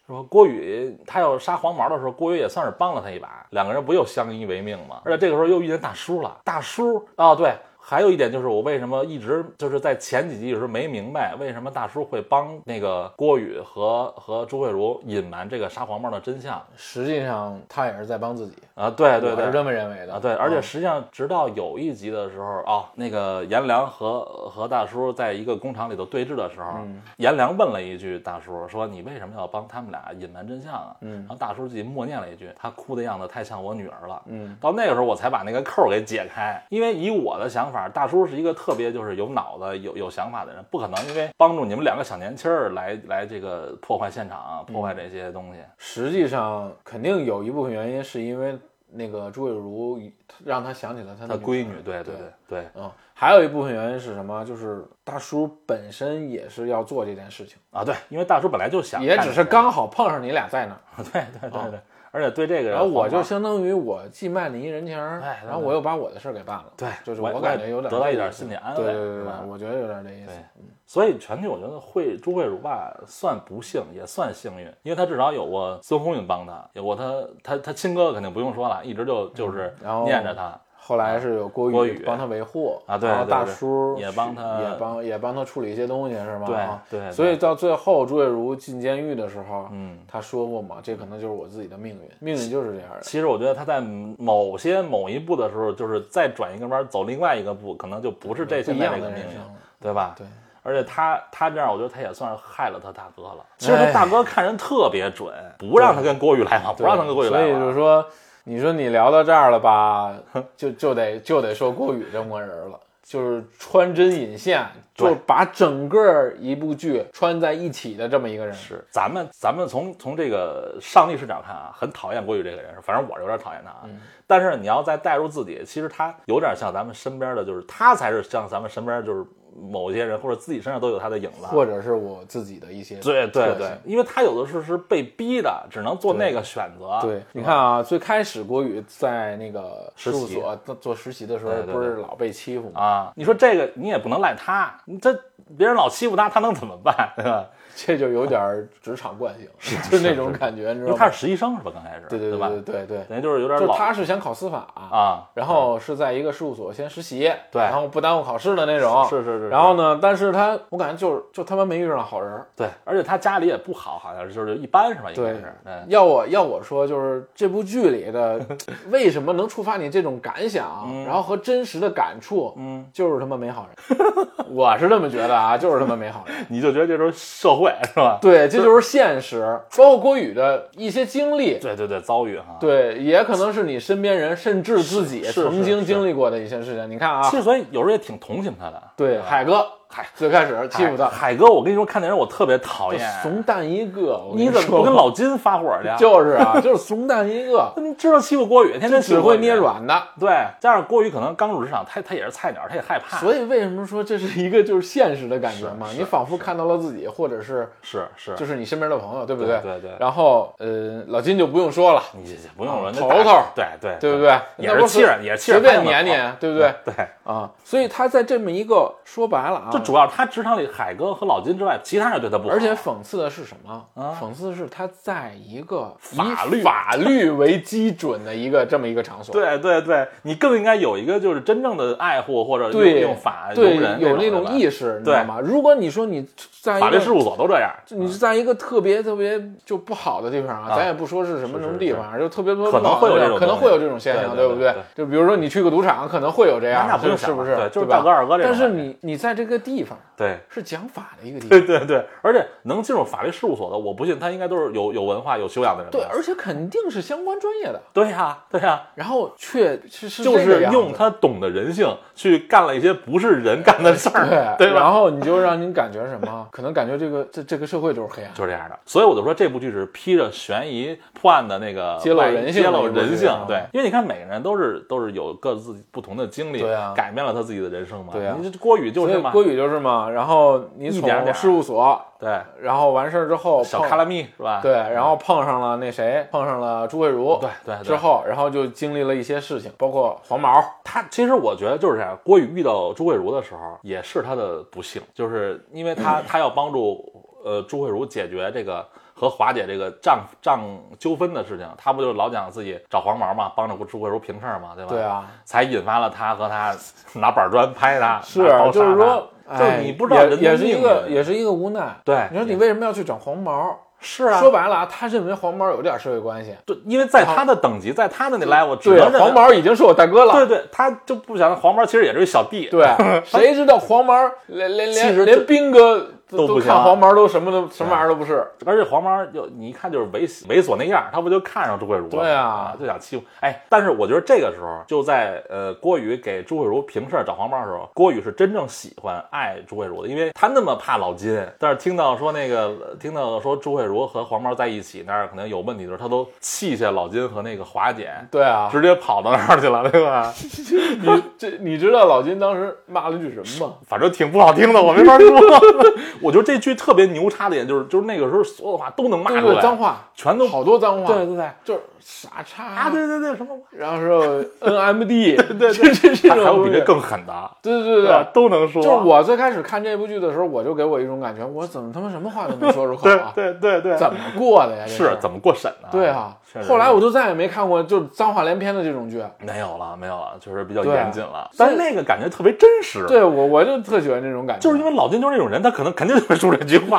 S1: 是吧？郭宇他要杀黄毛的时候，郭宇也算是帮了他一把，两个人不又相依为命吗？而且这个时候又遇见大叔了，大叔哦对。还有一点就是，我为什么一直就是在前几集的时候没明白，为什么大叔会帮那个郭宇和和朱慧茹隐瞒这个杀黄毛的真相
S2: 实际上他也是在帮自己，
S1: 啊？对对
S2: 我
S1: 对
S2: 是，这么认为的
S1: 啊，对，而且实际上，直到有一集的时候啊、那个颜良和和大叔在一个工厂里头对峙的时候，
S2: 嗯
S1: 颜良问了一句大叔说：“你为什么要帮他们俩隐瞒真相啊？”嗯，然后大叔自己默念了一句：“他哭的样子太像我女儿了。”嗯，到那个时候我才把那个扣儿给解开，因为以我的想法，大叔是一个特别就是有脑子、有有想法的人，不可能因为帮助你们两个小年轻儿来来这个破坏现场、啊破
S2: 嗯
S1: 坏这些东西。
S2: 实际上肯定有一部分原因是因为那个朱慧茹让他想起了他
S1: 他
S2: 的
S1: 闺
S2: 女
S1: 女
S2: 儿，
S1: 对对
S2: 对
S1: 对，
S2: 嗯，还有一部分原因是什么？就是大叔本身也是要做这件事情，
S1: 啊对，因为大叔本来就想
S2: 也
S1: 干
S2: 只
S1: 这
S2: 是
S1: 个
S2: 刚好碰上你俩在那儿，
S1: 对对对对，而且对这个人
S2: 然后我就
S1: 黄毛
S2: 相当于我既卖你一人情儿，
S1: 哎对
S2: 然后我又把我的事儿给办了，
S1: 对
S2: 就是
S1: 我
S2: 我
S1: 我
S2: 感
S1: 也
S2: 觉有点
S1: 得到
S2: 这
S1: 一
S2: 个
S1: 点
S2: 意思
S1: 心理安慰
S2: 对对
S1: 是
S2: 对
S1: 吧
S2: 对，我觉得有点这意思
S1: 对。所以全剧我觉得会朱慧茹吧，算不幸也算幸运，因为她至少有过孙红运帮她，有过她她她亲哥哥肯定不用说了，一直就就是
S2: 嗯然后
S1: 念着她。
S2: 后来是有郭
S1: 郭
S2: 宇
S1: 宇
S2: 帮他维护
S1: 啊对
S2: 然后
S1: 对
S2: 大
S1: 对
S2: 叔
S1: 也帮他
S2: 也帮也帮他处理一些东西，是吗？
S1: 对
S2: 啊
S1: 对对
S2: 所以到最后，朱月如进监狱的时候，
S1: 嗯，
S2: 他说过嘛，这可能就是我自己的命运，命运就是这样的。
S1: 其实我觉得她在某些某一步的时候，就是再转一个弯走另外一个步，可能就不是这
S2: 嗯不
S1: 现
S2: 一
S1: 在
S2: 样
S1: 这
S2: 的
S1: 个命
S2: 人
S1: 运
S2: 生，，
S1: 对吧？
S2: 对。
S1: 而且她她这样，我觉得她也算是害了她大哥了。其实她大哥看人特别准，不让她跟郭宇来往，不
S2: 哎对
S1: 让她跟郭宇来
S2: 所
S1: 往。
S2: 以就是说，你说你聊到这儿了吧， 就就得就得说郭宇这么个人了，就是穿针引线，就
S1: 对
S2: 把整个一部剧穿在一起的这么一个人。
S1: 是，咱们咱们从从这个上帝视角看啊，很讨厌郭宇这个人，反正我是有点讨厌他啊。
S2: 嗯
S1: 但是你要再带入自己，其实他有点像咱们身边的，就是他才是像咱们身边就是某些人或者自己身上都有他的影子啊。
S2: 或者是我自己的一些
S1: 对对
S2: 特
S1: 对
S2: 性，
S1: 因为他有的时候是被逼的，只能做那个选择。
S2: 对，你看啊，最开始郭宇在那个事务所做做实习的时候
S1: 对，对对
S2: 不是老被欺负吗？
S1: 啊，你说这个你也不能赖他，你这别人老欺负他，他能怎么办？对吧？
S2: 这就有点职场惯 性，就是那种感觉，你知
S1: 因
S2: 道
S1: 为
S2: 吗？
S1: 他是实习生是吧？刚开始
S2: 对对
S1: 吧？
S2: 对对对
S1: 等于就是有
S2: 对，
S1: 点
S2: 就
S1: 老
S2: 他是想考司法，
S1: 啊，
S2: 然后是在一个事务所先实习，
S1: 对
S2: 然后不耽误考试的那种，
S1: 是是是是
S2: 然后呢，但是他我感觉就是就他妈没遇上好人儿，
S1: 对，而且他家里也不好，好像是就是一般是吧？应该
S2: 对
S1: 是，嗯。
S2: 要我要我说，就是这部剧 里的为什么能触发你这种感想，
S1: 嗯
S2: 然后和真实的感触，嗯，就是他妈没好 人，我是这么觉得啊，就是他妈没好人。
S1: 你就觉得这时候社会是吧？
S2: 对，这就是现实，包括郭宇的一些经历，
S1: 对对对，遭遇哈。，
S2: 对，也可能是你身边人，甚至自己
S1: 是是
S2: 曾经
S1: 是
S2: 经历过的一些事情。你看啊
S1: 其，实所以有时候也挺同情他的。
S2: 对，海哥，
S1: 海
S2: 最开始欺负他，
S1: 海哥，我跟你说，看电影我特别讨
S2: 就
S1: 厌。
S2: 怂蛋一个，我
S1: 哎你
S2: 跟
S1: 怎么不
S2: 说
S1: 跟老金发火 去啊？，
S2: 就是啊，就是怂蛋一个
S1: 你知道欺负郭宇，天天欺
S2: 只
S1: 负郭
S2: 会
S1: 宇
S2: 捏。软的。
S1: 对，加上郭宇可能刚入职场，他他也是菜鸟，他也害怕。
S2: 所以为什么说这是一个就是现实的感觉嘛？
S1: 是是
S2: 你仿佛看到了自己，或者是
S1: 是是，
S2: 就是你身边的朋友，对不
S1: 对对对
S2: 然后呃，老金就不用说了，
S1: 你这不用说，那
S2: 嗯头
S1: 大
S2: 头
S1: 对对
S2: 对不
S1: 对
S2: 对？
S1: 也
S2: 那
S1: 是
S2: 不
S1: 气人也是气
S2: 随
S1: 人
S2: 便
S1: 拍的
S2: 撵
S1: 嘛
S2: 撵，对不对？
S1: 对。
S2: 啊，所以他在这么一个说白了啊，
S1: 这主要他职场里海哥和老金之外，其他人对他不好。
S2: 而且讽刺的是什么？
S1: 啊
S2: 讽刺的是他在一个以
S1: 法律
S2: 法律为基准的一个这么一个场所，
S1: 对对对，你更应该有一个就是真正的爱护或者用
S2: 对，
S1: 用法
S2: 对
S1: 用人
S2: 有
S1: 那
S2: 那种
S1: 吧
S2: 意识，你知道
S1: 对
S2: 吗？如果你说你在一
S1: 法律事
S2: 个
S1: 务所都这样，
S2: 你是在一个特别特别就不好的地方啊，
S1: 啊
S2: 咱也不说是什么
S1: 是
S2: 什么
S1: 是
S2: 地方，就特别多
S1: 可能会有这种
S2: 可能
S1: 东西
S2: 会有这种现象，
S1: 对对
S2: 不
S1: 对对？
S2: 就比如说你去个赌场，可能会有这样，
S1: 那不用
S2: 是
S1: 想
S2: 是
S1: 了
S2: 不
S1: 对，
S2: 是？
S1: 就是
S2: 吧
S1: 大哥二哥这种感
S2: 但
S1: 觉。
S2: 是你你在这个地方
S1: 对
S2: 是讲法的一个地
S1: 对对
S2: 方，
S1: 对，而且能进入法律事务所的，我不信他应该都是有有文化、有修养的人吧。
S2: 对，而且肯定是相关专业的，
S1: 对呀、对呀、
S2: 然后却是是
S1: 就
S2: 这个
S1: 是
S2: 样
S1: 用
S2: 子
S1: 他懂的人性去干了一些不是人干的事儿，
S2: 对
S1: 对吧？
S2: 然后你就让你感觉什么？可能感觉这个这这个社会就是 黑暗，
S1: 就是这样的，所以我就说这部剧是披着悬疑破案的那个
S2: 揭露人性
S1: 揭
S2: 的
S1: 露
S2: 一部
S1: 人
S2: 剧
S1: 性
S2: 啊，
S1: 对，因为你看每个人都是都是有各自不同的经历，
S2: 对啊
S1: 改变了他自己的人生嘛，
S2: 对啊
S1: 你这郭宇就
S2: 所
S1: 是
S2: 以
S1: 嘛，
S2: 郭宇就是嘛，然后你
S1: 一点
S2: 从
S1: 点
S2: 事务所，
S1: 对，
S2: 然后完事儿之后
S1: 小
S2: 碰
S1: 卡拉密是吧？
S2: 对，然后碰上了那谁，碰上了朱慧茹，
S1: 对对对
S2: 之后，然后就经历了一些事情，包括黄毛，
S1: 他其实我觉得就是这样，郭宇遇到朱慧茹的时候，也是他的不幸，就是因为
S2: 嗯
S1: 他他要帮助呃朱慧茹解决这个和华姐这个账账纠纷的事情，他不就老讲自己找黄毛嘛，帮着朱慧茹平事儿嘛，对吧？
S2: 对啊，
S1: 才引发了他和他 拿板砖拍他，
S2: 是啊
S1: 拿，刀杀
S2: 就是说，
S1: 他就是
S2: 哎
S1: 你不知道
S2: 也
S1: 人的
S2: 也是一
S1: 命
S2: 个
S1: 运
S2: 也是一个无奈。
S1: 对
S2: 你说你为什么要去找黄毛？
S1: 是啊，
S2: 说白了啊，他认为黄毛有点社会关系，
S1: 对，因为在他的等级，在他的那 level，只
S2: 对啊
S1: 能，认为
S2: 黄，毛已经是我大哥了，
S1: 对对，他就不想黄毛其实也是一小弟，
S2: 对，谁知道黄毛连连
S1: 其实
S2: 连连兵哥
S1: 都不行
S2: 看黄毛都什么都什么玩意儿都不是，
S1: 而且黄毛就你一看就是猥琐猥琐那样儿，他不就看上朱慧茹了吗？
S2: 对啊
S1: 就想欺负。哎，但是我觉得这个时候就在呃，郭宇给朱慧茹平事儿找黄毛的时候，郭宇是真正喜欢爱朱慧茹的，因为他那么怕老金，但是听到说那个听到说朱慧茹和黄毛在一起那儿可能有问题的时候，他都气下老金和那个华姐，
S2: 对啊，
S1: 直接跑到那儿去了，对吧？
S2: 你这你知道老金当时骂了句什 么吗？
S1: 反正挺不好听的，我没法说。 我觉得这剧特别牛叉的点就是，就是那个时候所有的话都能骂出
S2: 对
S1: 来，
S2: 对，脏话，
S1: 全都
S2: 好多脏话，
S1: 对对对。
S2: 就是傻叉
S1: 啊，对对对，什么
S2: 然后说 NMD，对
S1: 对
S2: 这这这
S1: 还
S2: 种
S1: 有
S2: 东
S1: 比
S2: 西
S1: 这，更狠的，啊
S2: 对对对啊
S1: 吧
S2: 对，
S1: 都能说。
S2: 就是我最开始看这部剧的时候，我就给我一种感觉，我怎么他妈什么话都没说出口
S1: 对
S2: 啊？
S1: 对对对，
S2: 怎么过的呀？这
S1: 是怎
S2: 怎
S1: 么过审呢？
S2: 对啊
S1: 确实？是
S2: 后来我就再也没看过就是脏话连篇的这种剧。
S1: 没有了，没有了，就是比较
S2: 对啊
S1: 严谨了。
S2: 所
S1: 但
S2: 以
S1: 是那个感觉特别真实，
S2: 对，我我就特喜欢这种感觉，
S1: 就是因为老金就是那种人，他可能肯定会说这句 话。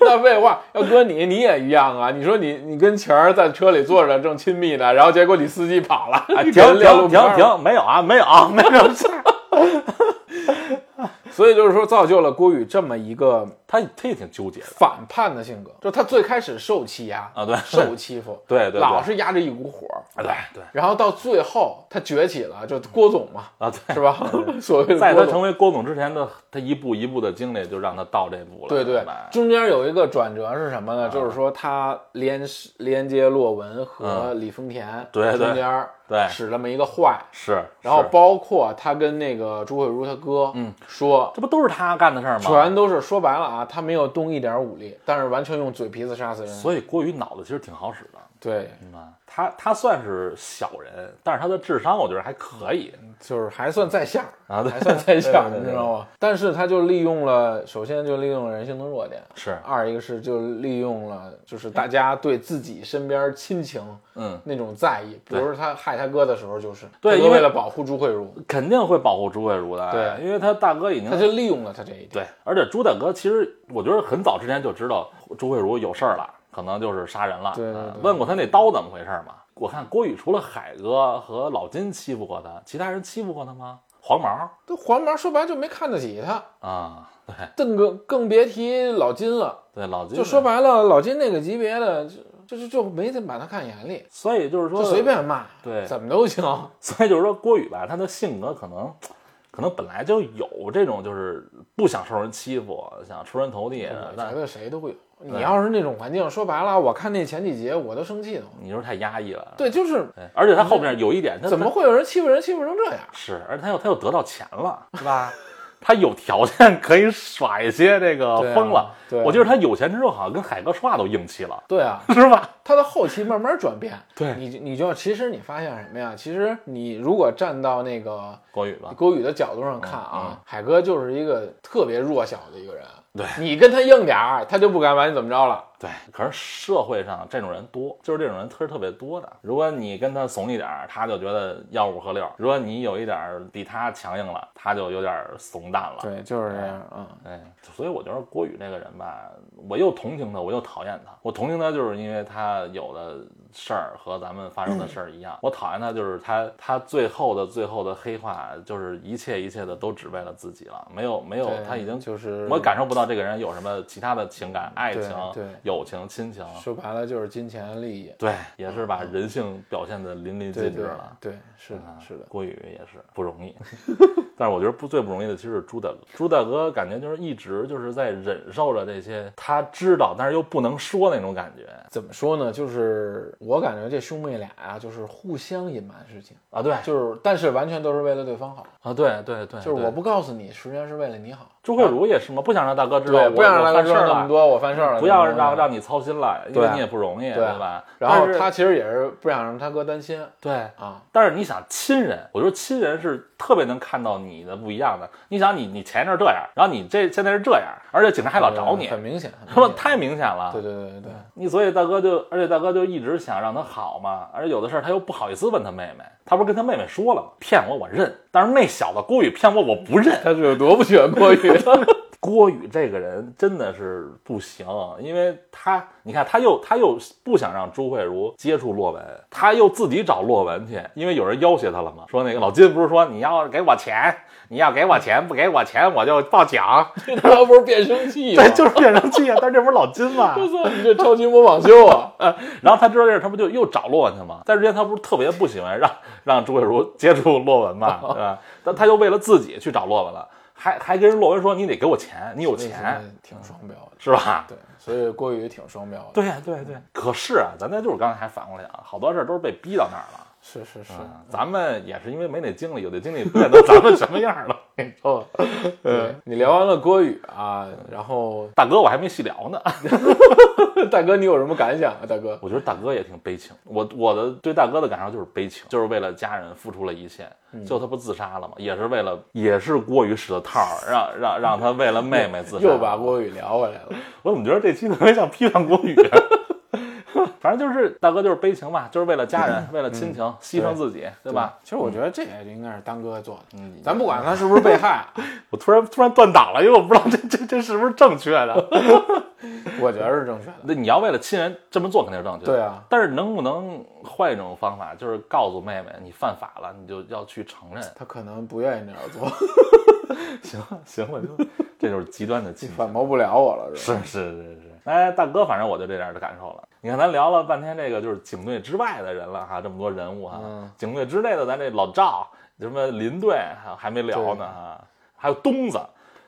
S2: 那废话，要搁你你也一样啊！你说你你跟晴儿在车里坐着正亲密呢，然后结果你司机跑了，
S1: 哎，停
S2: 给人
S1: 停
S2: 撂路
S1: 停
S2: 边儿了。
S1: 停，没有啊，没有啊，没有事儿。
S2: 所以就是说，造就了郭宇这么一个
S1: 他他也挺纠结的
S2: 反叛的性格，就他最开始受欺压
S1: 啊，对，
S2: 受欺负，
S1: 对对对
S2: 老是压着一股火，
S1: 啊对对
S2: 然后到最后他崛起了，就郭总嘛，
S1: 啊对。
S2: 是吧？所谓 的
S1: 在
S2: 郭
S1: 他
S2: 总，
S1: 成为郭总之前的，他一步一步的经历就让他到这步了。
S2: 对对
S1: 吧，啊
S2: 中间有一个转折是什么呢？就是说他连连接洛文和李丰田，
S1: 嗯对对
S2: 中间
S1: 对
S2: 使这么一个坏。
S1: 是。
S2: 然后
S1: 是
S2: 包括他跟那个朱慧茹他哥，嗯，说
S1: 这不都是他干的事儿吗？
S2: 全都是说白了啊，他没有动一点武力，但是完全用嘴皮子杀死人。
S1: 所嗯以郭宇脑子其实挺好使的，
S2: 对，
S1: 明白？他他算是小人，但是他的智商我觉得还可以
S2: 就是还算在线儿，
S1: 啊，对
S2: 嗯还算在线
S1: 对
S2: 儿，
S1: 对对
S2: 你知道吗？但是他就利用了，首先就利用了人性的弱点，
S1: 是，
S2: 二一个是就利用了，就是大家对自己身边亲情
S1: 嗯，
S2: 那种在意，比如说他害他哥的时候，就是
S1: 对
S2: 他哥
S1: 因为嗯
S2: 为了保护朱慧茹，
S1: 肯定会保护朱慧茹的，
S2: 对
S1: 因为他大哥已
S2: 他
S1: 经
S2: 就利用了他这一点。
S1: 对，而且朱大哥其实我觉得很早之前就知道朱慧茹有事儿了，可能就是杀人了，
S2: 对对对
S1: 嗯问过他那刀怎么回事吗？我看郭宇除了海哥和老金欺负过他，其他人欺负过他吗？黄毛
S2: 这黄毛说白了就没看得起他，
S1: 啊、对
S2: 更更更别提老金了。
S1: 对，老金
S2: 就说，白了，老金那个级别的，就就就就没怎么把他看眼里，
S1: 所以就是说
S2: 就随便骂，
S1: 对
S2: 怎么都行。
S1: 所以就是说，郭宇吧，他的性格可能，可能本来就有这种，就是不想受人欺负，想出人头地
S2: 我
S1: 的。
S2: 嗯觉
S1: 但
S2: 得谁都会有。你要是那种环境，说白了，我看那前几集我都生气的。
S1: 你说太压抑了。
S2: 对，就是
S1: 对，而且他后面有一点，他
S2: 怎么会有人欺负人，欺负成这样？
S1: 他是？而且他又他又得到钱 了，是吧？他有条件可以耍一些这个
S2: 对啊
S1: 疯了。
S2: 对啊
S1: 我觉得他有钱之后，好像跟海哥说话都硬气了，
S2: 对啊，
S1: 是吧？
S2: 他的后期慢慢转变。
S1: 对
S2: 你就你就其实你发现什么呀？其实你如果站到那个
S1: 郭宇吧，
S2: 嗯郭宇的角度上看啊，海哥就是一个特别弱小的一个人。
S1: 对
S2: 你跟他硬点儿，他就不敢把你怎么着了。
S1: 对，可是社会上这种人多，就是这种人特别特别多的。如果你跟他怂一点儿，他就觉得要五和六；如果你有一点儿比他强硬了，他就有点儿怂蛋了。
S2: 对，就是这样啊。
S1: 哎，所以我觉得郭宇这个人吧，我又同情他，我又讨厌他。我同情他就是因为他有的事儿和咱们发生
S2: 嗯
S1: 的事儿一样，我讨厌他就是他他最后的最后的黑化，就是一切一切的都只为了自己了，没有没有
S2: 对，
S1: 他已经
S2: 就是
S1: 我感受不到这个人有什么其他的情感、爱情
S2: 对对、
S1: 友情、亲情，
S2: 说白了就是金钱利益。
S1: 对，也是把人性表现的淋漓
S2: 对
S1: 尽致
S2: 对
S1: 了。
S2: 对，嗯是的，
S1: 啊
S2: 是的。
S1: 郭宇也是不容 易，但是我觉得不最不容易的其实是朱大哥。朱大哥感觉就是一直就是在忍受着这些他知道，但是又不能说那种感觉
S2: 怎么说呢？就是我感觉这兄妹俩啊，就是互相隐瞒事情，
S1: 啊。对，
S2: 就是但是完全都是为了对方好，
S1: 啊，对对对，
S2: 就是我
S1: 对
S2: 不告诉你，实际上是为了你好。
S1: 朱慧茹也是嘛，不想让大哥知道
S2: 对，
S1: 我
S2: 不想让
S1: 我
S2: 他
S1: 犯
S2: 知
S1: 事
S2: 道
S1: 儿
S2: 那么
S1: 了，
S2: 多，我犯事儿了。
S1: 不要让
S2: 让
S1: 让你操心了，因为
S2: 对
S1: 你也不容易，
S2: 对
S1: 吧？
S2: 然后
S1: 但是
S2: 他其实也是不想让他哥担心
S1: 对
S2: 啊。
S1: 但是你想亲人，我觉得亲人是特别能看到你的不一样的。你想你你前一阵儿这样，然后你这现在是这样，而且警察还老找你，
S2: 很明显，
S1: 他妈
S2: 很明显
S1: 太明显了。
S2: 对对对对对，
S1: 你所以大哥就，而且大哥就一直想让他好嘛，而且有的事儿他又不好意思问他妹妹，他不是跟他妹妹说了吗？骗我我认，但是那小子郭宇骗我我不认。
S2: 他是有多不喜欢郭 宇？
S1: 郭宇这个人真的是不行，啊因为他，你看他又他又不想让朱慧茹接触洛文，他又自己找洛文去，因为有人要挟他了嘛，说那个老金不是说你要给我钱，你要给我钱，不给我钱我就报警，
S2: 他不是变声器 吗？
S1: 对，就是变成气啊，但是这不是老金嘛，
S2: 我操，你这超级模仿秀 啊！
S1: 然后他知道这事儿，他不就又找洛文去吗？但是之前他不是特别不喜欢让让朱慧茹接触洛文嘛，对吧？但他又为了自己去找洛文了，还还跟人洛文说你得给我钱，你有钱
S2: 挺双标的，
S1: 是吧？
S2: 对，所以郭宇挺双标的。，
S1: 对对对。可是啊，咱这就是刚才还反过来讲，好多事儿都是被逼到那儿了。
S2: 是是是，
S1: 嗯咱们也是因为没那经历，有那经历不见得咱们什么样了。 你知道吗
S2: 对
S1: 嗯
S2: 你聊完了郭宇啊，然后
S1: 大哥，我还没细聊呢。
S2: 大哥，你有什么感想啊？大哥，
S1: 我觉得大哥也挺悲情。我我的对大哥的感受就是悲情，就是为了家人付出了一切。最后他不自杀了吗？也是为了，嗯也是郭宇使的套儿， 让让让他为了妹妹自杀。
S2: 又把郭宇聊回来了。
S1: 我怎么觉得这期特别像批判啊郭宇？ 反正就是大哥就是悲情嘛，就是为了家人，为了亲情牺牲自己，嗯对吧？
S2: 其实我觉得这也应该是丹哥做的，
S1: 嗯
S2: 咱不管他是不是被害，
S1: 我突然突然断档了，因为我不知道这 这这是不是正确的。
S2: 我觉得是正确的。
S1: 那你要为了亲人这么做肯定是正确的。
S2: 对啊，
S1: 但是能不能换一种方法，就是告诉妹妹你犯法了，你就要去承认。
S2: 他可能不愿意这样做，
S1: 行了 行了，就 这就是极端的情
S2: 反驳不了我了，是吧？
S1: 是 是是是，哎，大哥，反正我就这点儿的感受了。你看，咱聊了半天这个就是警队之外的人了哈，这么多人物哈，
S2: 嗯
S1: 警队之内的咱这老赵，什么林队还还没聊呢哈，还有东子，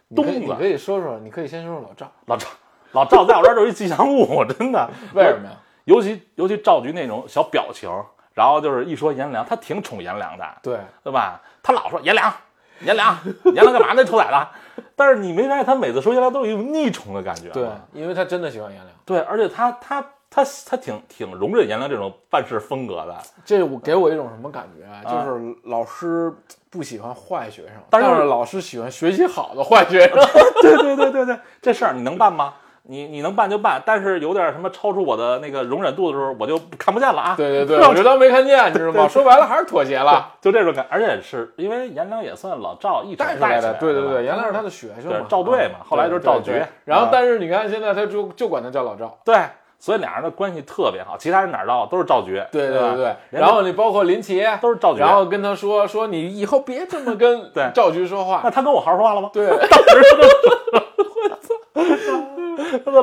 S2: 你
S1: 东
S2: 可以你可
S1: 子，
S2: 以说说，你可以先说说老赵，
S1: 老赵，老赵在我这儿就是一吉祥物，我真的
S2: 为什么呀？
S1: 尤其尤其赵局那种小表情，然后就是一说颜良，他挺宠颜良的，
S2: 对，
S1: 对吧？他老说颜良，颜 良，颜良干嘛呢？臭崽子！但是你没发现他每次说颜良都有一种溺宠的感觉吗？
S2: 对，啊因为他真的喜欢颜良，
S1: 对，而且他他他他挺挺容忍颜良这种办事风格 的，
S2: 这我给我一种什么感觉啊？就是老师不喜欢坏学生，
S1: 但
S2: 但
S1: 是
S2: 是老师喜欢学习好的坏学生。
S1: 对对对对对，这事儿你能办吗？你你能办就办，但是有点什么超出我的那个容忍度的时候，我就看不见了啊。
S2: 对对对，我就当没看见，你知道吗？说白了还是妥协了，
S1: 就这种感，而且是因为颜良也算老赵一手
S2: 带出来
S1: 的
S2: 的。，对对
S1: 吧
S2: 对，原来是他的学生嘛
S1: 对，赵队嘛
S2: 啊
S1: 后来就是赵
S2: 对对
S1: 局
S2: 对然
S1: 啊
S2: 后但是你看现在他就就管他叫老赵，
S1: 对，所以俩人的关系特别好，其他人哪儿到都是赵局，
S2: 对
S1: 对吧
S2: 对对。
S1: 人家
S2: 然后你包括林奇，
S1: 都是赵局，
S2: 然后跟他说说你以后别这么跟
S1: 对
S2: 赵局说话
S1: 那，他跟我好好说话了吗？
S2: 对，
S1: 当时他就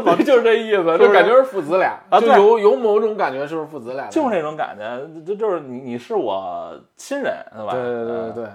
S2: 老就是这意思，就感觉是父子俩，
S1: 啊
S2: 就
S1: 对
S2: 有有某种感觉是不是父子俩的，
S1: 就是那种感觉，就就是你你是我亲人，对吧？
S2: 对对对
S1: 嗯
S2: 对对。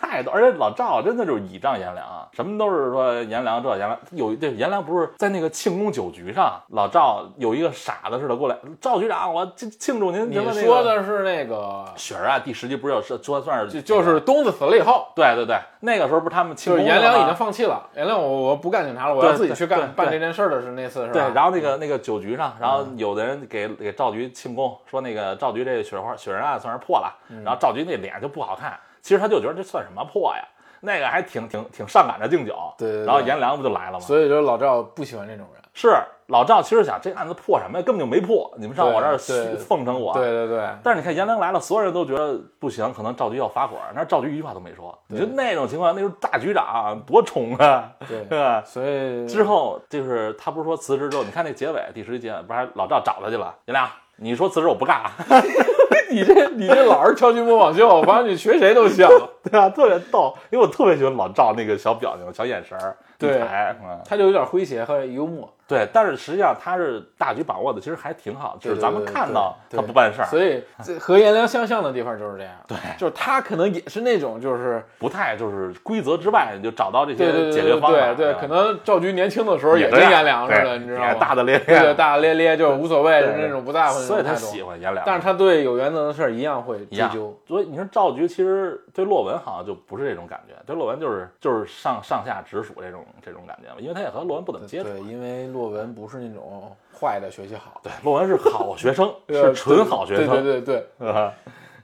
S1: 太多，而且老赵真的就是倚仗颜良啊，什么都是说颜良这颜良有对颜良不是在那个庆功酒局上，老赵有一个傻子似的过来，赵局长，我庆庆祝您
S2: 你
S1: 什么、那个、
S2: 说的是那个，
S1: 雪儿啊，第十集不是有是说算
S2: 就是就是东子死了以后，
S1: 对对对，那个时候不是他们庆
S2: 就
S1: 功
S2: 是
S1: 了吗
S2: 颜良已经放弃了，颜良我我不干警察了，我要
S1: 对
S2: 自己
S1: 对
S2: 去干
S1: 对
S2: 办这件事儿的是那次是吧？嗯
S1: 对，然后那个那个酒局上，然后有的人给给赵局庆功，说那个赵
S2: 嗯
S1: 局这雪花雪人案算是破了，然后赵局那脸就不好看，其实他就觉得这算什么破呀？那个还挺挺挺上赶着敬酒，
S2: 对对对
S1: 然后颜良不就来了吗？
S2: 所以说老赵不喜欢这种人。
S1: 是老赵其实想这案子破什么呀，根本就没破，你们上我这儿
S2: 对对
S1: 奉承我，
S2: 对对对，
S1: 但是你看颜良来了，所有人都觉得不行，可能赵局要发火，那赵局一句话都没说。你
S2: 对
S1: 就那种情况，那时候大局长多宠啊，
S2: 对
S1: 是 吧？
S2: 所以
S1: 之后就是他不是说辞职之后，你看那结尾第十集结尾，不是还老赵找他去了？颜良，你说辞职我不 干啊，
S2: 你这你这老是挑群模仿秀，我发现你学谁 都像。
S1: 对啊，特别逗，因为我特别喜欢老赵那个小表情、小眼神儿，
S2: 对
S1: 一抬嗯，
S2: 他就有点诙谐和幽默，
S1: 对。但是实际上他是大局把握的，其实还挺好，就
S2: 对
S1: 是咱们
S2: 对对
S1: 看到
S2: 对
S1: 他
S2: 对
S1: 不办事儿，
S2: 所以这和颜良相像的地方就是这样。对，就是他可能也是那种就是
S1: 不太就是规则之外，你就找到这
S2: 对
S1: 些
S2: 对对
S1: 解决
S2: 对
S1: 方法。
S2: 对对，
S1: 吧
S2: 可能赵局年轻的时候也
S1: 这
S2: 跟
S1: 样
S2: 颜良似
S1: 对
S2: 的，你知道
S1: 也
S2: 吗？
S1: 大大咧
S2: 对
S1: 咧，
S2: 大大咧咧，就是无所谓，
S1: 对
S2: 就
S1: 对
S2: 是那种不在乎的
S1: 所以
S2: 那
S1: 他
S2: 种态
S1: 喜
S2: 度。
S1: 欢颜良，
S2: 但是他对有原则的事儿一样会
S1: 一
S2: 追
S1: 样
S2: 究。。
S1: 所以你说赵局其实对洛文好像就不是这种感觉，对洛文就是就是上上下直属这种这种感觉嘛，因为他也和洛文不怎么接触。
S2: 对，因为洛文不是那种坏的学习好，
S1: 对，洛文是好学生，
S2: 呃
S1: 是纯好学
S2: 对
S1: 生。
S2: 对对对，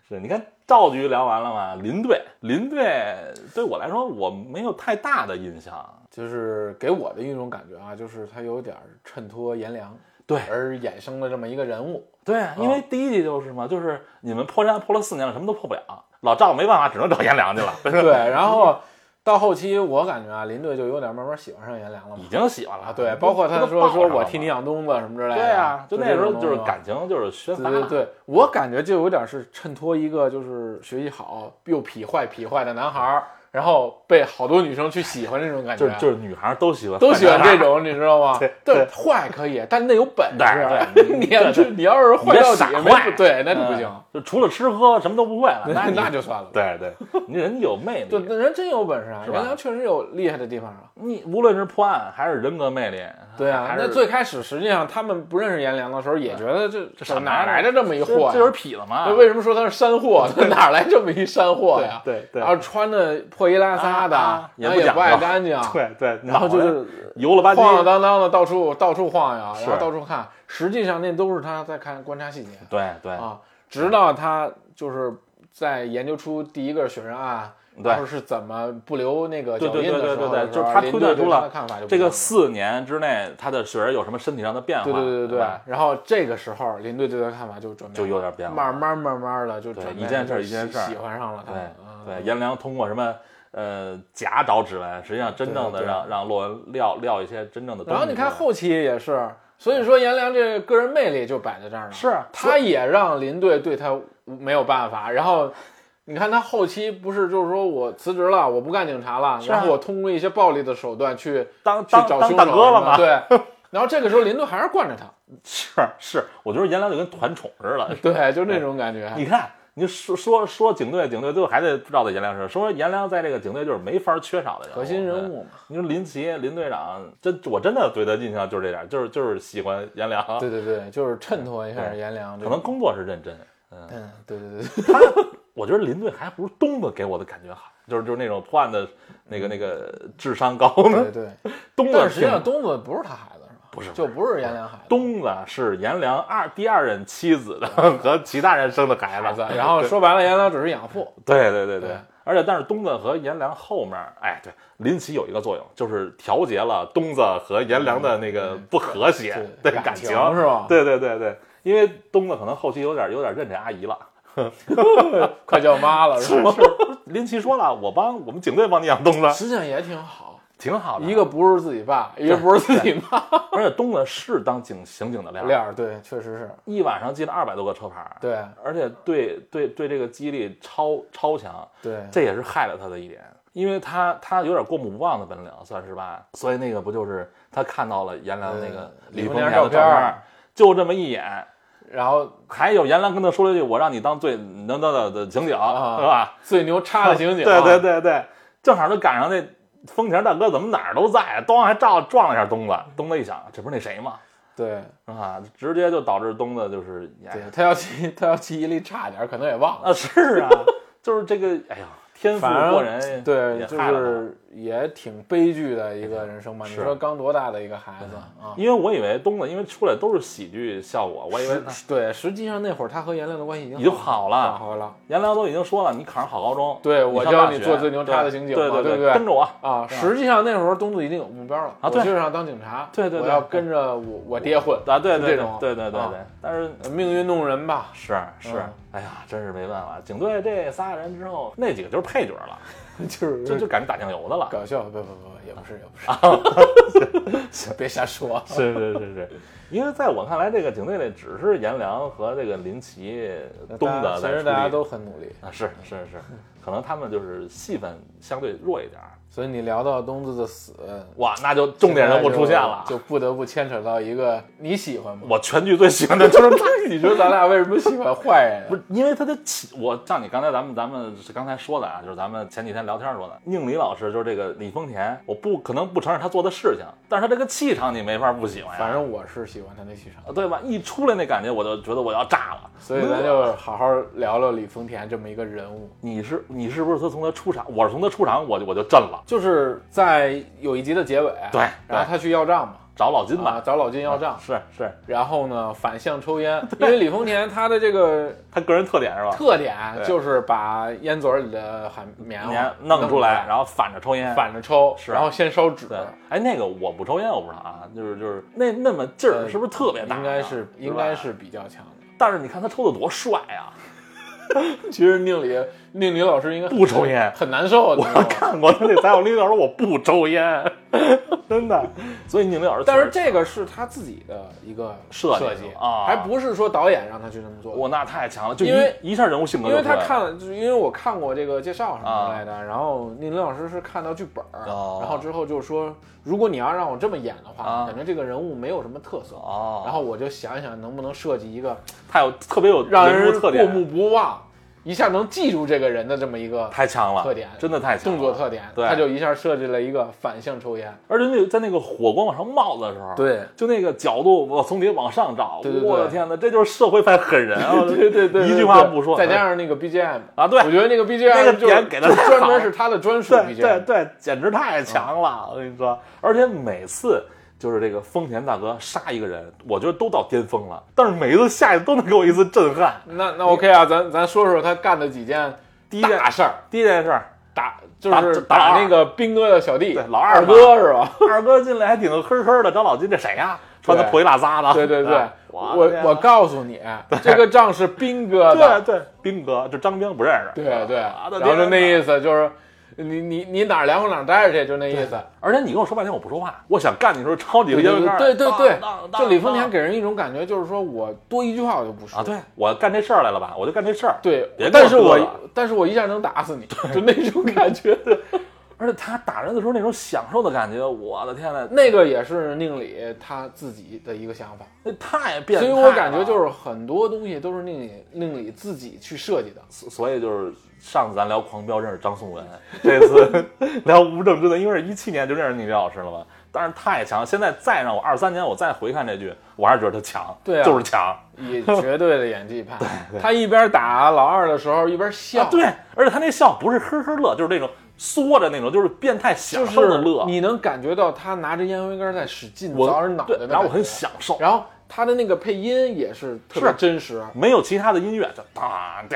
S1: 是，你看赵局聊完了嘛，林队，林队对我来说我没有太大的印象。
S2: 就是给我的一种感觉啊，就是他有点儿衬托颜良
S1: 对
S2: 而衍生的这么一个人物。
S1: 对，啊因
S2: 啊
S1: 为第一集就是嘛，就是你们破绽破了四年了，什么都破不了，老赵没办法，只能找颜良 去了。
S2: 对，然后到后期我感觉啊，林队就有点慢慢喜欢上颜良了嘛
S1: 已。经喜欢了
S2: 啊，对，包括他
S1: 都
S2: 说
S1: 抱上
S2: 说
S1: 了
S2: 我
S1: 嘛
S2: 替你养东子什么之类的。
S1: 对啊，就那时候
S2: 这种
S1: 就是
S2: 东西嘛
S1: 感情就是宣发，
S2: 对对对，我感觉就有点是衬托一个就是学习好又痞坏痞坏的男孩儿，然后被好多女生去喜欢这种感觉，
S1: 就是就是女孩都喜欢，
S2: 都喜欢这。种，你知道吗？
S1: 对
S2: 但
S1: 对
S2: 坏可以，但得有本事。啊
S1: 对对
S2: 你要是你要是
S1: 你
S2: 坏
S1: 别
S2: 到
S1: 傻
S2: 底，没
S1: 坏，
S2: 对，那就不行
S1: 嗯，，就除了吃喝什么都不会了，
S2: 那
S1: 你
S2: 那就算了。
S1: 对对，你人有魅
S2: 对，
S1: 力，
S2: 那人真有本事啊，
S1: 是吧
S2: 颜良确实有厉害的地方啊。
S1: 你无论是破案还是人格魅力，
S2: 对啊，
S1: 还
S2: 那
S1: 是
S2: 最开始实际上他们不认识颜良的时候，也觉得这
S1: 这傻
S2: 哪
S1: 男
S2: 来的这么一
S1: 这
S2: 货呀？
S1: 这就是痞子嘛
S2: 啊那，为什么说他是山货？他 哪来这么一山货呀？
S1: 对对对
S2: 然后穿的破衣拉撒的，
S1: 啊啊
S2: 然后
S1: 也不
S2: 也
S1: 讲
S2: 不
S1: 究
S2: 爱干净，
S1: 对对，
S2: 然后就是
S1: 油了吧
S2: 晃晃
S1: 唧，
S2: 荡荡的到处到处晃呀，
S1: 是
S2: 然后到处看。实际上那都是他在看观察细节
S1: 对对
S2: 啊，直到他就是在研究出第一个血人案。
S1: 对
S2: 当时是怎么不留那个
S1: 对
S2: 脚
S1: 对
S2: 印的
S1: 对对
S2: 时候
S1: 对
S2: 的
S1: 对，
S2: 时
S1: 就
S2: 候
S1: 是他推断
S2: 林队对
S1: 出
S2: 他的
S1: 了
S2: 看法就不
S1: 这
S2: 一
S1: 个
S2: 样
S1: 四年之内他的雪儿有什么身体上的变化，
S2: 对对对对对
S1: 对吧，，
S2: 然后这个时候林队对他的看法就转变
S1: 就
S2: 了，
S1: 有点变化，
S2: 慢慢慢慢的就
S1: 对
S2: 转
S1: 一
S2: 变
S1: 件
S2: 了
S1: 事儿
S2: 就
S1: 一件
S2: 喜
S1: 事儿
S2: 喜欢上了他
S1: 对
S2: 们，嗯
S1: 对，颜良通过什么呃假找指纹，实际上真正
S2: 对
S1: 的
S2: 对
S1: 让让洛文撂撂一些真正的东西出来。
S2: 然后你看后期也是，所以说颜良这个人魅力就摆在这儿了。
S1: 是
S2: 啊他也让林队对他没有办法。然后你看他后期不是就是说我辞职了，我不干警察了，
S1: 是啊
S2: 然后我通过一些暴力的手段去
S1: 当
S2: 去
S1: 当
S2: 找
S1: 当
S2: 凶
S1: 大
S2: 手
S1: 哥了
S2: 什
S1: 嘛
S2: 么？的对。然后这个时候林队还是惯着他，
S1: 是是，我觉得颜良就跟团宠似 的。
S2: 对，就那种感觉。
S1: 你看，你说说说警队，警队最后还得绕到颜良身上。说颜良在这个警队就是没法缺少的人物
S2: 核心人。物嘛，
S1: 对你说林奇林队长，真我真的对他印象就是这点，就是就是喜欢颜良，
S2: 对对对，就是衬托一下颜良这
S1: 可
S2: 个。
S1: 能工作是认真。嗯，
S2: 嗯，对对对，
S1: 他，我觉得林队还不如东子给我的感觉好，就是就是那种破案的那个那个智商高呢。
S2: 对对对。
S1: 东子
S2: 但是实际上
S1: 挺
S2: 东子不是他孩子是吧？
S1: 不是
S2: 就不是颜良孩子。
S1: 东子是颜良二第二任妻子的 和其他人生的孩
S2: 孩
S1: 子
S2: 子，，啊然后说白了，颜良只是养父。
S1: 对对对对
S2: 对
S1: 而且但是东子和颜良后面，哎，对，林奇有一个作用，就是调节了东子和颜良的那个不和谐
S2: 对
S1: 的
S2: 感
S1: 感
S2: 情嗯是吧
S1: 对对对对，因为东子可能后期有点有点认这阿姨了。
S2: 快叫妈了，是吧？
S1: 林奇说了，我帮我们警队帮你养东子，
S2: 实际上也挺好，
S1: 挺好的。
S2: 一个不是自己爸，一个不是自己妈。
S1: 而且东子是当警刑警的料，
S2: 亮儿对，确实是，
S1: 一晚上记了二百多个车牌，，
S2: 对
S1: 而且对对对这个记忆力超超强，
S2: 对
S1: 这也是害了他的一点，因为他他有点过目不忘的本领，算是吧。所以那个不就是他看到了颜良那个
S2: 嗯
S1: 李
S2: 李丰
S1: 丰
S2: 田
S1: 田的
S2: 照
S1: 照
S2: 片儿
S1: 片，就这么一眼。
S2: 然后
S1: 还有颜良跟他说了一句：“我让你当最能当的的警警，是
S2: 啊
S1: 吧
S2: 最牛？”叉的刑警， 啊
S1: 对对，对对，正好就赶上那丰田大哥怎么哪儿都在，咣还照撞了一下东子。东子一想，这不是那谁吗？
S2: 对
S1: 啊，直接就导致东子就是哎
S2: 对，他要记他要记忆力差点儿，可能也忘了。
S1: 啊，是啊，就是这个，哎呀，天赋
S2: 反正
S1: 过人也，
S2: 对，
S1: 也
S2: 就
S1: 害了他嗯
S2: 是也挺悲剧的一个人生吧。你
S1: 是嗯
S2: 说刚多大的一个孩子啊？
S1: 因为我以为东子因为出来都是喜剧效果，我以为他
S2: 实对，实际上那会儿他和颜亮的关系已经
S1: 已经好
S2: 好
S1: 了。
S2: 好了
S1: 颜良都已经说了，你考上好高中，
S2: 对我
S1: 上
S2: 教
S1: 大
S2: 你
S1: 学
S2: 做最牛叉
S1: 对
S2: 的刑警
S1: 对
S2: 嘛对
S1: 对
S2: 不对
S1: 跟着我，
S2: 啊。实际上那时候东子已经有目标了，
S1: 啊
S2: 我
S1: 对
S2: 就是要当警察，
S1: 对对对
S2: 我要跟着我我爹混，
S1: 啊，对对
S2: 这种
S1: 对对对
S2: 啊
S1: 对，但是
S2: 命运弄人吧。
S1: 是是
S2: 嗯，
S1: 哎呀，真是没办法。警队这仨人之后，那几个就是配角了，
S2: 就是
S1: 就就赶紧打酱油的 了。
S2: 搞笑，不不不，也不是也不是， 别瞎说。
S1: 是是是是， 因为在我看来，这个警队里只是颜良和这个林奇、东的
S2: 呃大家其
S1: 在
S2: 实
S1: 处
S2: 大家
S1: 理。
S2: 都很努力，
S1: 啊，是是是，可能他们就是戏份相对弱一点儿。
S2: 所以你聊到东子的死，
S1: 哇，那就重点人物出现了。啊
S2: 就不得不牵扯到一个你喜欢吗？
S1: 我全剧最喜欢的就是他，
S2: 你说咱俩为什么喜欢 坏
S1: 不
S2: 人？啊
S1: 是因为他的起，我像你刚才咱们咱们是刚才说的啊，就是咱们前几天聊天说的，宁理老师就是这个李丰田，我不可能不承认他做的事情，但是他这个气场你没法不喜欢呀，
S2: 反正我是喜欢他那气场，
S1: 对吧？一出来那感觉我就觉得我要炸了，
S2: 所以咱就好好聊聊李丰田这么一个人物。
S1: 你是你是不是他从他出场，我是从他出场我就我就震了，
S2: 就是在有一集的结尾，
S1: 对嗯
S2: 然后他去要账嘛，
S1: 找老金
S2: 啊，
S1: 吧，
S2: 找老金要账，
S1: 是是，
S2: 然后呢反向抽烟， 因为李丰田他的这个
S1: 他个人特点是吧？
S2: 特点啊
S1: 对
S2: 就是把烟嘴里的含棉
S1: 你看
S2: 花
S1: 弄出
S2: 出
S1: 来，，然后反着抽烟，
S2: 反着抽，
S1: 是
S2: 然后先烧纸，
S1: 对，哎，那个我不抽烟，我不知道啊，就是就是那那么劲儿
S2: 呃
S1: 是不是特别大呀？
S2: 应该是
S1: 吧
S2: 应该，是比较强的。
S1: 但是你看他抽的多帅啊！
S2: 其实宁理宁理老师应该
S1: 不抽烟
S2: 很难受，啊你知道
S1: 我
S2: 吗
S1: 看过他那采访绿老师，我不抽烟，真的。所以宁老师，
S2: 但是这个是他自己的一个
S1: 设计
S2: 设计
S1: 啊
S2: 还不是说导演让他去这么做的。
S1: 我那太强了，就
S2: 因为
S1: 一一下人物性格
S2: 因为
S1: 就出来
S2: 他
S1: 了
S2: 看，就是因为我看过这个介绍什么
S1: 啊
S2: 之类的，然后宁林老师是看到剧本儿，
S1: 哦
S2: 然后之后就说，如果你要让我这么演的话，
S1: 啊
S2: 感觉这个人物没有什么特色。
S1: 哦，
S2: 然后我就想一想能不能设计一个
S1: 他有特别有
S2: 让
S1: 人
S2: 人
S1: 物特
S2: 过
S1: 点，
S2: 目不忘，一下能记住这个人的这么一个
S1: 太强了，
S2: 特点
S1: 真的太强
S2: 动
S1: 了，
S2: 作特点，
S1: 对
S2: 他就一下设计了一个反向抽烟，
S1: 而且那个在那个火光往上冒的时候，
S2: 对
S1: 就那个角度，我从底往上照，
S2: 对对对
S1: 我的天哪，这就是社会派狠人啊！
S2: 对对对，
S1: 一句话不说，
S2: 再加上那个 BGM
S1: 啊对
S2: 我觉得那个 BGM
S1: 那个
S2: 就
S1: 点给得
S2: 就
S1: 太
S2: 专
S1: 好
S2: 门
S1: 了
S2: 是他的专属
S1: 对
S2: BGM，
S1: 对对，简直太强
S2: 啊
S1: 了！我跟你说，而且每次就是这个丰田大哥杀一个人，我觉得都到巅峰了，但是每一次下去都能给我一次震撼。
S2: 那那 OK 啊，咱咱说说他干的几件
S1: 第一件
S2: 大事儿，
S1: 第一件事儿，
S2: 打就是
S1: 打
S2: 打
S1: 打
S2: 那个兵哥的小弟，
S1: 对老
S2: 二
S1: 二嘛
S2: 哥是吧？
S1: 二哥进来还挺呵呵的，找老金这谁呀、穿的破衣大撒的。
S2: 对对对
S1: 哎，
S2: 我
S1: 我的
S2: 我告诉你，这个仗是兵哥的，
S1: 对对，兵哥这张兵不认识。
S2: 对对，
S1: 啊
S2: 然后就
S1: 思。
S2: 那意思就是，你你你哪儿凉快哪儿待着去，就那意思。
S1: 而且你跟我说半天，我不说话。我想干你的时候抄你
S2: 对
S1: 个烟灰
S2: 对
S1: 缸。
S2: 对对对
S1: 当，
S2: 就李丰田给人一种感觉，就是说我多一句话我就不说
S1: 啊，对我干这事儿来了吧，我就干这事儿。，
S2: 对
S1: 别跟我
S2: 但是
S1: 说
S2: 我
S1: 了
S2: 但是我一下能打死你，就那种感觉。
S1: 而且他打人的时候那种享受的感觉，我的天呐，
S2: 那个也是宁理他自己的一个想法，
S1: 那太变态
S2: 所以
S1: 了。
S2: 我感觉就是很多东西都是宁理宁理自己去 设计的。
S1: 所，所以就是上次咱聊狂飙认识张颂文， 这次聊无证之罪，因为是一七年就认识宁理老师了嘛。但是太强，现在再让我二三年我再回看这剧，我还是觉得他强，
S2: 对啊
S1: 就是强。
S2: 也绝对的演 技派。他一边打老二的时候一边笑，
S1: 啊，对，而且他那笑不是呵呵乐，就是那种缩着那种，就是变态享
S2: 就
S1: 受的
S2: 是
S1: 乐。
S2: 你能感觉到他拿着烟灰缸在使劲
S1: 我
S2: 凿人脑袋
S1: 对
S2: 的，
S1: 然后我
S2: 感
S1: 很
S2: 觉
S1: 享受，
S2: 然后他的那个配音也是特别
S1: 是哎
S2: 真实，啊
S1: 没有其他的音乐，就当当，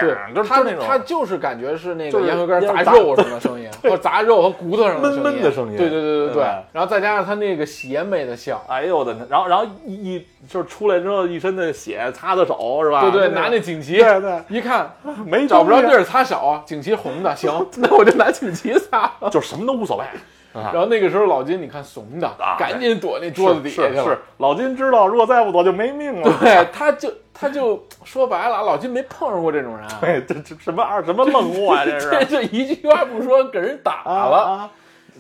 S2: 对，
S1: 就
S2: 他
S1: 就那种
S2: 他就是感觉是那
S1: 就
S2: 个
S1: 是
S2: 烟灰缸
S1: 烟
S2: 砸
S1: 灰缸
S2: 肉什么的声音，或者砸肉和骨头上的声音，
S1: 闷闷的声音
S2: 对对对对
S1: 对吧
S2: 然后再加上他那个邪魅的笑，
S1: 哎呦我的天，然后然后一一就是出来之后一身的血，擦擦手是吧？
S2: 对对，
S1: 就
S2: 拿
S1: 种
S2: 那锦旗，
S1: 啊对对，
S2: 一看
S1: 没
S2: 找不着
S1: 东
S2: 地
S1: 西，
S2: 儿擦手，锦旗红的，行，那我就拿锦旗擦。
S1: 就是什么都无 所谓。
S2: 然后那个时候老金，你看怂的，
S1: 啊
S2: 赶紧躲那桌子底下去
S1: 是
S2: 了
S1: 是。是，老金知道，如果再不躲就没命了。
S2: 对，他就他就说白了，老金没碰上过这种人，
S1: 哎，这这什么二什么愣货啊，这 是
S2: 这这一句话不说，给人打
S1: 啊
S2: 了。
S1: 啊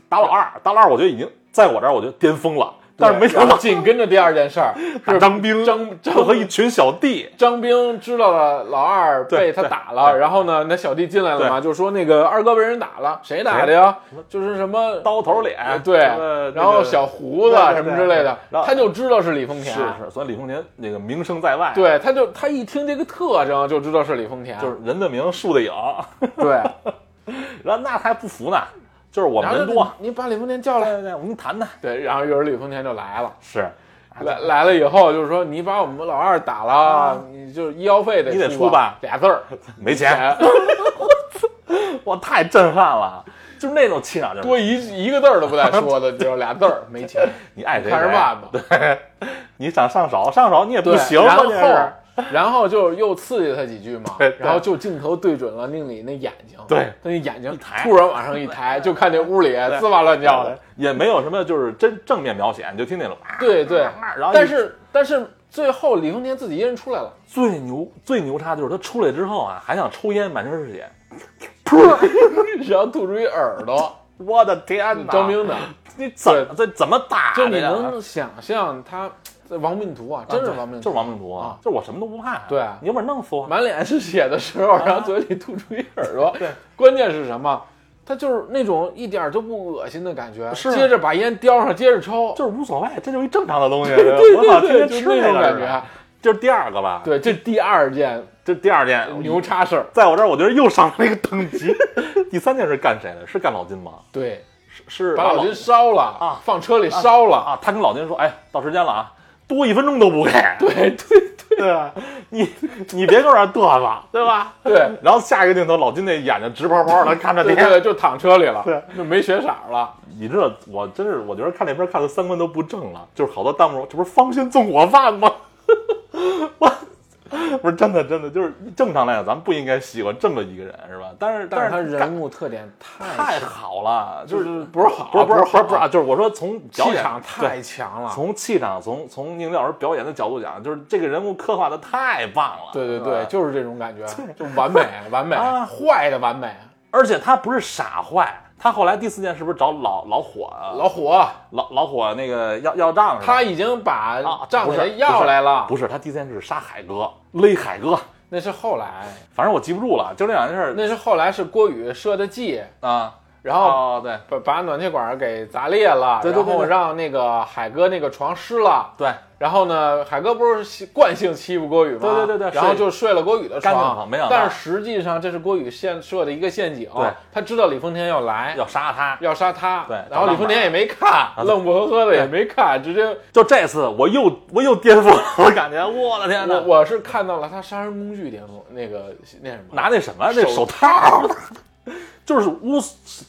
S1: 打老二，打老二，我觉得已经在我这儿我觉得巅峰了，但是没想
S2: 然
S1: 到
S2: 后紧跟着第二件 事儿，
S1: 打
S2: 是
S1: 张兵
S2: 张张
S1: 和一群小弟，
S2: 张兵知道了老二被他打了，然后呢，那小弟进来了嘛，就说那个二哥被人打了，谁打的呀？
S1: 哎
S2: 就是什么
S1: 刀头
S2: 呃
S1: 脸，
S2: 对
S1: 呃，
S2: 然后小胡子
S1: 对对对
S2: 什么之类的，
S1: 然后
S2: 他就知道是李丰
S1: 是
S2: 田，
S1: 是，所以李凤田那个名声在外，，
S2: 对，他就他一听这个特征就知道是李丰田，
S1: 就是人的名，树的影，
S2: 对，
S1: 然后那还不服呢，就是我
S2: 然
S1: 们
S2: 后
S1: 人
S2: 就
S1: 多，
S2: 你把李丰田叫来，
S1: 对对，我们谈谈。
S2: 对，然后一会儿李丰田就来了，
S1: 是
S2: 来来了以后就是说你把我们老二打了，你就是医药费得
S1: 啊你得
S2: 出
S1: 出吧
S2: 俩字儿，
S1: 没钱， 我太震撼了，就是那种气场，就是
S2: 多一一个字儿都不带说 的，就是俩字儿，没钱，
S1: 你爱谁
S2: 看着
S1: 谁
S2: 办吧。
S1: 你想上手，上手你也不
S2: 对，
S1: 行，
S2: 然
S1: 关键是
S2: 后 然后就是又刺激他几句嘛
S1: 对，对
S2: 然后就镜头对准了令里那眼睛，
S1: 对，
S2: 他那眼睛
S1: 抬
S2: 突然往上一抬，就看那屋里滋哇乱叫的，
S1: 也没有什么就是真正面描写，你就听那种啊，
S2: 对对
S1: 啊然后，
S2: 但是但是最后李丰田自己一人出来了，
S1: 最牛最牛叉就是他出来之后啊，还想抽烟，满身是血，
S2: 然后吐出一耳朵，
S1: 我的天哪！
S2: 张冰的，
S1: 你怎这怎么打的
S2: 就
S1: 呀？
S2: 你能想象他这王命途啊，真是王命
S1: 就是
S2: 途。
S1: 亡命徒
S2: 啊
S1: 就是我什么都不怕，
S2: 对啊
S1: 你有本事弄死我，
S2: 满脸是血的时
S1: 啊
S2: 候，然后嘴里吐出一耳朵。对，关键是什么？他就是那种一点儿都不恶心的感觉。
S1: 是
S2: 接着把烟叼上，接着抽。
S1: 就是无所谓，这就是一正常的东西，
S2: 对
S1: 我老
S2: 对
S1: 天天
S2: 对，就
S1: 吃
S2: 是那
S1: 那
S2: 种
S1: 个
S2: 感
S1: 是吧
S2: 觉。啊
S1: 这是第二个吧？，
S2: 对，这第二件
S1: 这第二件
S2: 牛叉事儿。
S1: 在我这儿我觉得又上了一个等级。第三件是干谁的？是干老金吗？
S2: 对，
S1: 是是
S2: 把老
S1: 金
S2: 金烧了
S1: 啊
S2: 放车里烧了。
S1: 啊？他跟老金说，哎，到时间了啊，多一分钟都不给。
S2: 对对
S1: 对吧？啊你你别跟我这儿嘚瑟， 对吧？
S2: 对。
S1: 然后下一个镜头，老金那眼睛直泡泡的看着
S2: 对
S1: 你，
S2: 对，就躺车里了，
S1: 对，
S2: 就没血色儿了。
S1: 你这我真是，我觉得看这片儿看的三观都不正了，就是好多弹幕说，这不是方心纵火犯吗？ 我不是真的真的，就是正常来讲，咱们不应该喜欢这么一个人，是吧？但是
S2: 但是他
S1: 是
S2: 人物特点
S1: 太
S2: 太
S1: 好了，就是
S2: 是不是好，
S1: 不是不是不是
S2: 好
S1: 不是啊，就是我说从表
S2: 气
S1: 演
S2: 场太
S1: 对
S2: 强了。
S1: 从气场从从宁老师表演的角度讲，就是这个人物刻画的太棒了，
S2: 对对
S1: 是吧
S2: 对，就是这种感觉，就完美完美，
S1: 啊
S2: 坏的完美，
S1: 而且他不是傻坏，他后来第四件是不是找老老火啊
S2: 老虎啊
S1: 老老火那个要要账是吧？
S2: 他已经把
S1: 啊
S2: 账
S1: 不
S2: 给
S1: 是
S2: 他
S1: 不
S2: 要
S1: 是
S2: 来了，
S1: 不是，他第三是杀海哥，勒海哥，
S2: 那是后来，
S1: 反正我记不住了，就这两件事
S2: 那是后来是郭宇设的计，
S1: 啊。
S2: 然后
S1: 哦，对
S2: 把把暖气管给砸裂了，
S1: 对对对
S2: 然后
S1: 对
S2: 让那个海哥那个床湿了。
S1: 对，
S2: 然后呢，海哥不是惯性欺负郭宇吗？
S1: 对对对对
S2: 然后就睡了郭宇的
S1: 干净
S2: 床，
S1: 床没想到
S2: 但是实际上这是郭宇陷设的一个陷阱。
S1: 对，
S2: 他知道李丰田要来，
S1: 要杀他。
S2: 要杀他。
S1: 对
S2: 然后李丰田也没看，
S1: 对
S2: 愣不呵呵的也没看，直接
S1: 就这次，我又我又颠覆了，我感觉我的天
S2: 我
S1: 哪！
S2: 我是看到了他杀人工具巅峰那个那什么，
S1: 拿那什么那
S2: 手
S1: 手套，就是屋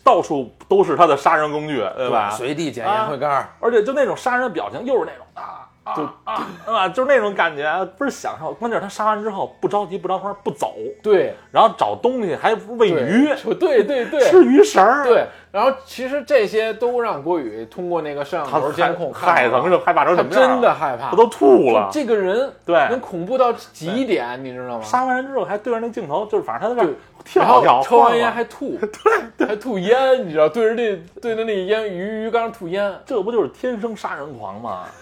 S1: 到处都是他的杀人工具，对吧？
S2: 随地捡
S1: 啊
S2: 烟灰缸儿，
S1: 而且就那种杀人的表情，又是那种啊啊啊，对吧？就是那种感觉，不是享受。关键是他杀完之后不着急不着慌不走，
S2: 对，
S1: 然后找东西还喂
S2: 对
S1: 鱼，
S2: 对对对，
S1: 吃鱼食儿，
S2: 对。然后其实这些都让郭宇通过那个摄像
S1: 他
S2: 头监控看到
S1: 害疼
S2: 了
S1: 是害怕成
S2: 他
S1: 什么样啊？
S2: 真的害怕，
S1: 他都吐了。
S2: 这个人
S1: 对
S2: 能恐怖到极点，你知道吗？
S1: 杀完人之后还对着那镜头，就是反正他在那儿
S2: 对然
S1: 跳
S2: 后
S1: 跳，
S2: 抽完
S1: 晃
S2: 烟
S1: 晃
S2: 还吐，对，还吐烟，你知道，对着那对着那烟鱼鱼缸吐烟，
S1: 这不就是天生杀人狂吗？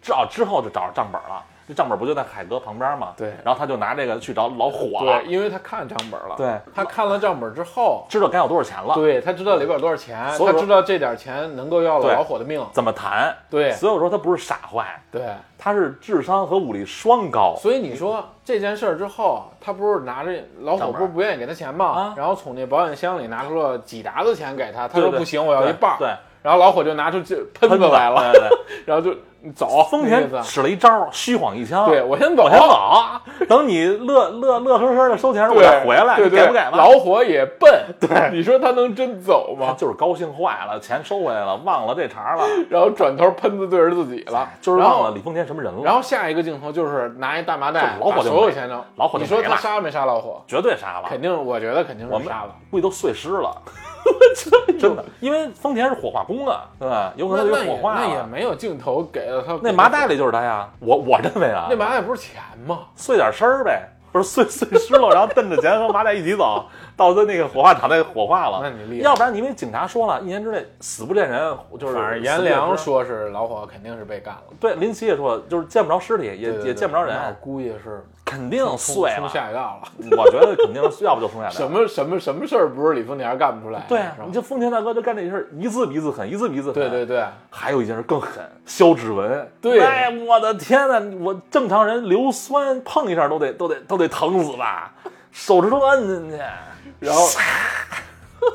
S1: 之哦之后就找着账本了，这账本不就在海哥旁边吗？
S2: 对
S1: 然后他就拿这个去找老火了
S2: 对，，因为他看账本了，
S1: 对
S2: 他看了账本之后，
S1: 知道该要多少钱了，
S2: 对他知道里边有多少钱，
S1: 所以
S2: 他
S1: 说
S2: 知道这点钱能够要了
S1: 对
S2: 老火的命，
S1: 怎么谈？
S2: 对
S1: 所以我说他不是傻坏，
S2: 对，
S1: 他是智商和武力双高。
S2: 所以你说这件事儿之后，啊他不是拿着老
S1: 账
S2: 虎
S1: 本
S2: 不是不愿意给他钱吗？
S1: 啊
S2: 然后从那保险箱里拿出了几沓子钱给他，他
S1: 对
S2: 说
S1: 对
S2: 不行，我要一半儿。
S1: 对，对
S2: 然后老虎就拿出这喷子来了，，
S1: 对对对
S2: 然后就你 走，
S1: 丰
S2: 那意思
S1: 田使了一招虚晃一枪，
S2: 对我先走，
S1: 啊我先走，等你乐乐乐呵呵的收钱时，
S2: 对，
S1: 我再回来，
S2: 对
S1: 你
S2: 对，
S1: 给不给吧？
S2: 老虎也笨，对，你说他能真走
S1: 他
S2: 吗？
S1: 就是高兴坏了，钱收回来了，忘了这茬了，哎
S2: 然后转头喷子对着自己了，
S1: 就是
S2: 然后
S1: 忘了李丰田什么人了。
S2: 然后下一个镜头就是拿一大麻袋，
S1: 就老虎
S2: 把
S1: 就
S2: 所有
S1: 没
S2: 钱都，
S1: 老虎就
S2: 你说
S1: 没
S2: 他
S1: 了
S2: 杀没杀老虎？
S1: 绝对杀了，
S2: 肯定，我觉得肯定
S1: 我
S2: 是
S1: 们
S2: 杀了。
S1: 估计都碎尸 了，真的，因为丰田是火化工啊，对吧？有可
S2: 那
S1: 能就
S2: 那
S1: 是火
S2: 也
S1: 化
S2: 那也
S1: 了。
S2: 没有镜头给了他
S1: 那麻袋里就是他呀，我我认为啊
S2: 那，麻袋不是钱吗？
S1: 碎点身儿呗，不是碎碎尸了，然后蹬着钱和麻袋一起走，到他那个火化场那火化了。
S2: 那你厉害
S1: 要不然你因为警察说了，一年之内死不见人，就是
S2: 反
S1: 死
S2: 正颜
S1: 不见
S2: 良
S1: 尸
S2: 说是老火肯定是被干了，
S1: 对林奇也说，就是见不着尸体，也
S2: 对对
S1: 也
S2: 对
S1: 见不着
S2: 那我
S1: 人，
S2: 估计是
S1: 肯定碎
S2: 冲
S1: 了。
S2: 下一道了。
S1: 我觉得肯定是要不就松下来了
S2: 什么什么什么事儿不是李丰田干不出来的？
S1: 对
S2: 是
S1: 啊，
S2: 吧
S1: 你这丰田大哥就嗯干这事儿，一次比一次狠，一次比一次狠。
S2: 对对对，
S1: 还有一件事更狠，消指纹。
S2: 对
S1: 哎，我的天呐，我正常人硫酸碰一下都得都得都得疼死吧，手指头摁进去，
S2: 然后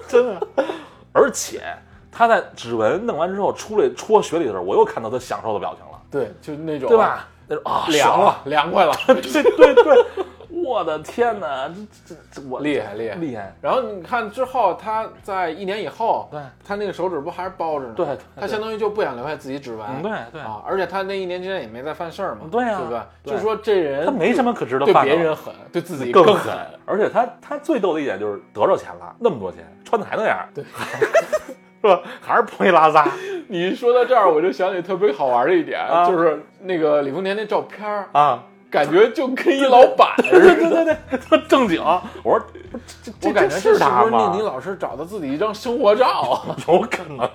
S1: 真的。而且他在指纹弄完之后出来戳雪里的时候，我又看到他享受的表情了，
S2: 对，就那种
S1: 对？吧？那种啊，
S2: 凉
S1: 爽
S2: 了，凉快了，
S1: 对对对，我的天哪，这这这我
S2: 厉害厉害
S1: 厉害，
S2: 然后你看之后，他在一年以后，
S1: 对
S2: 他那个手指不还是包着呢？
S1: 对对
S2: 他相当于就不想留下自己指纹。
S1: 嗯对对
S2: 啊，而且他那一年之间也没再犯事儿嘛。
S1: 对啊
S2: 对吧？
S1: 对
S2: 就说这人
S1: 他没什么可值得
S2: 对
S1: 犯
S2: 别
S1: 的
S2: 人狠，对自己
S1: 更
S2: 狠。
S1: 狠，而且他他最逗的一点就是得着钱了，那么多钱，穿的还那样，对， 是吧？还是破衣拉撒，
S2: 你一说到这儿，我就想起特别好玩的一点，
S1: 啊
S2: 就是那个李丰田那照片儿，
S1: 啊，
S2: 感觉就跟一老板
S1: 对
S2: 似的。
S1: 对对对，特正经。我说这这
S2: 我感
S1: 这
S2: 觉这
S1: 是
S2: 是
S1: 他
S2: 不是
S1: 吗
S2: 宁？宁老师找到自己一张生活照，
S1: 有可能，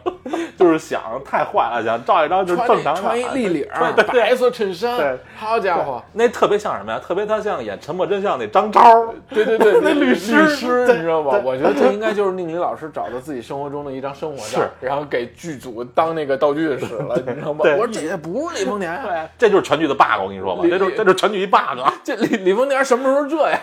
S1: 就是想太坏了，想照一张就是
S2: 穿
S1: 正常
S2: 那
S1: 的
S2: 穿一立领儿，
S1: 对对对
S2: 白色衬衫
S1: 对，
S2: 好家伙，
S1: 那特别像什么呀？特别他像演《沉默真相》那张昭，
S2: 对对对，
S1: 那律
S2: 律
S1: 师
S2: 师，
S1: 对
S2: 你知道吧？我觉得这应该就是宁理老师找到自己生活中的一张生活照
S1: 是，
S2: 然后给剧组当那个道具使了，你知道吗？
S1: 对
S2: 我说这也不是李丰田，啊
S1: 这就是全剧的 bug，我跟你说吧，
S2: 李
S1: 这就是这就是全剧一 bug，啊
S2: 这李李丰田什么时候这样？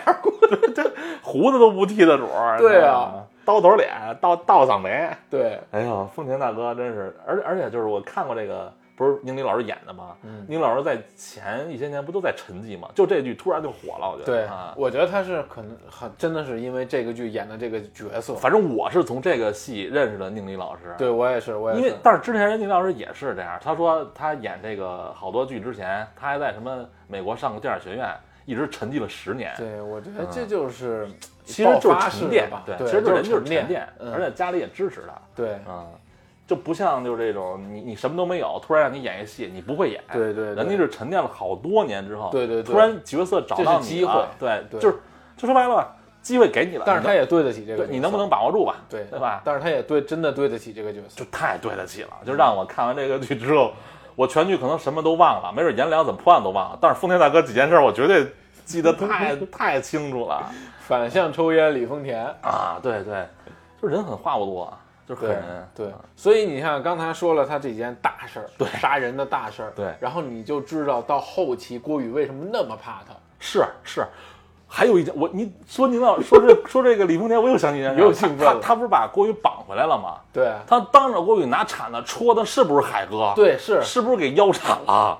S1: 胡子都不剃的主儿。
S2: 对啊
S1: 你知道吗，刀头脸，倒倒嗓眉。
S2: 对，
S1: 哎呦，丰田大哥真是，而而且就是我看过这个，不是宁理老师演的吗？
S2: 嗯
S1: 宁理老师在前一些年不都在沉寂吗？就这剧突然就火了，我觉得。
S2: 对
S1: 啊，，
S2: 我觉得他是可能很真的是因为这个剧演的这个角色，
S1: 反正我是从这个戏认识的宁理老师。
S2: 对我也是，我也
S1: 因
S2: 是
S1: 为但是之前人家老师也是这样，他说他演这个好多剧之前，他还在什么美国上过电影学院，一直沉寂了十年。
S2: 对，我觉得这就是
S1: 其实就
S2: 爆
S1: 是
S2: 发式
S1: 嗯沉
S2: 的
S1: 淀
S2: 吧，，
S1: 对，
S2: 对，
S1: 其实
S2: 就
S1: 人就是
S2: 沉淀，嗯
S1: 而且家里也支持他，
S2: 对
S1: 嗯，就不像就是这种你你什么都没有，突然让你演一戏，你不会演，
S2: 对对对
S1: 人家哎是沉淀了好多年之后，
S2: 对对对
S1: 突然角色找到
S2: 这是
S1: 你
S2: 机会
S1: 了对，
S2: 对
S1: 就是就说白了，机会给你了，
S2: 但是他
S1: 也
S2: 也对得起这个
S1: 对
S2: 角色，
S1: 你能不能把握住吧，
S2: 对
S1: 对吧？
S2: 但是他也对，真的对得起这个角色
S1: 就。太对得起了，就让我看完这个剧之后，我全剧可能什么都忘了，没准颜良怎么破案都忘了，但是丰田大哥几件事儿我绝对记得 太太清楚了。
S2: 反向抽烟，李丰田。
S1: 啊，对对，就是人很话不多，啊就是狠
S2: 对
S1: 人。
S2: 对，所以你看，刚才说了他这件大事儿，对杀人的大事儿，
S1: 对
S2: 然后你就知道到后期郭宇为什么那么怕他，
S1: 是是，还有一件，我你说您老说 这说这个李丰田，我又想起一件事儿，
S2: 又兴奋
S1: 他
S2: 了
S1: 他他不是把郭宇绑回来了吗？
S2: 对
S1: 他当着郭宇拿铲子戳的，是不是海哥？，
S2: 对是，
S1: 是不是给腰斩了？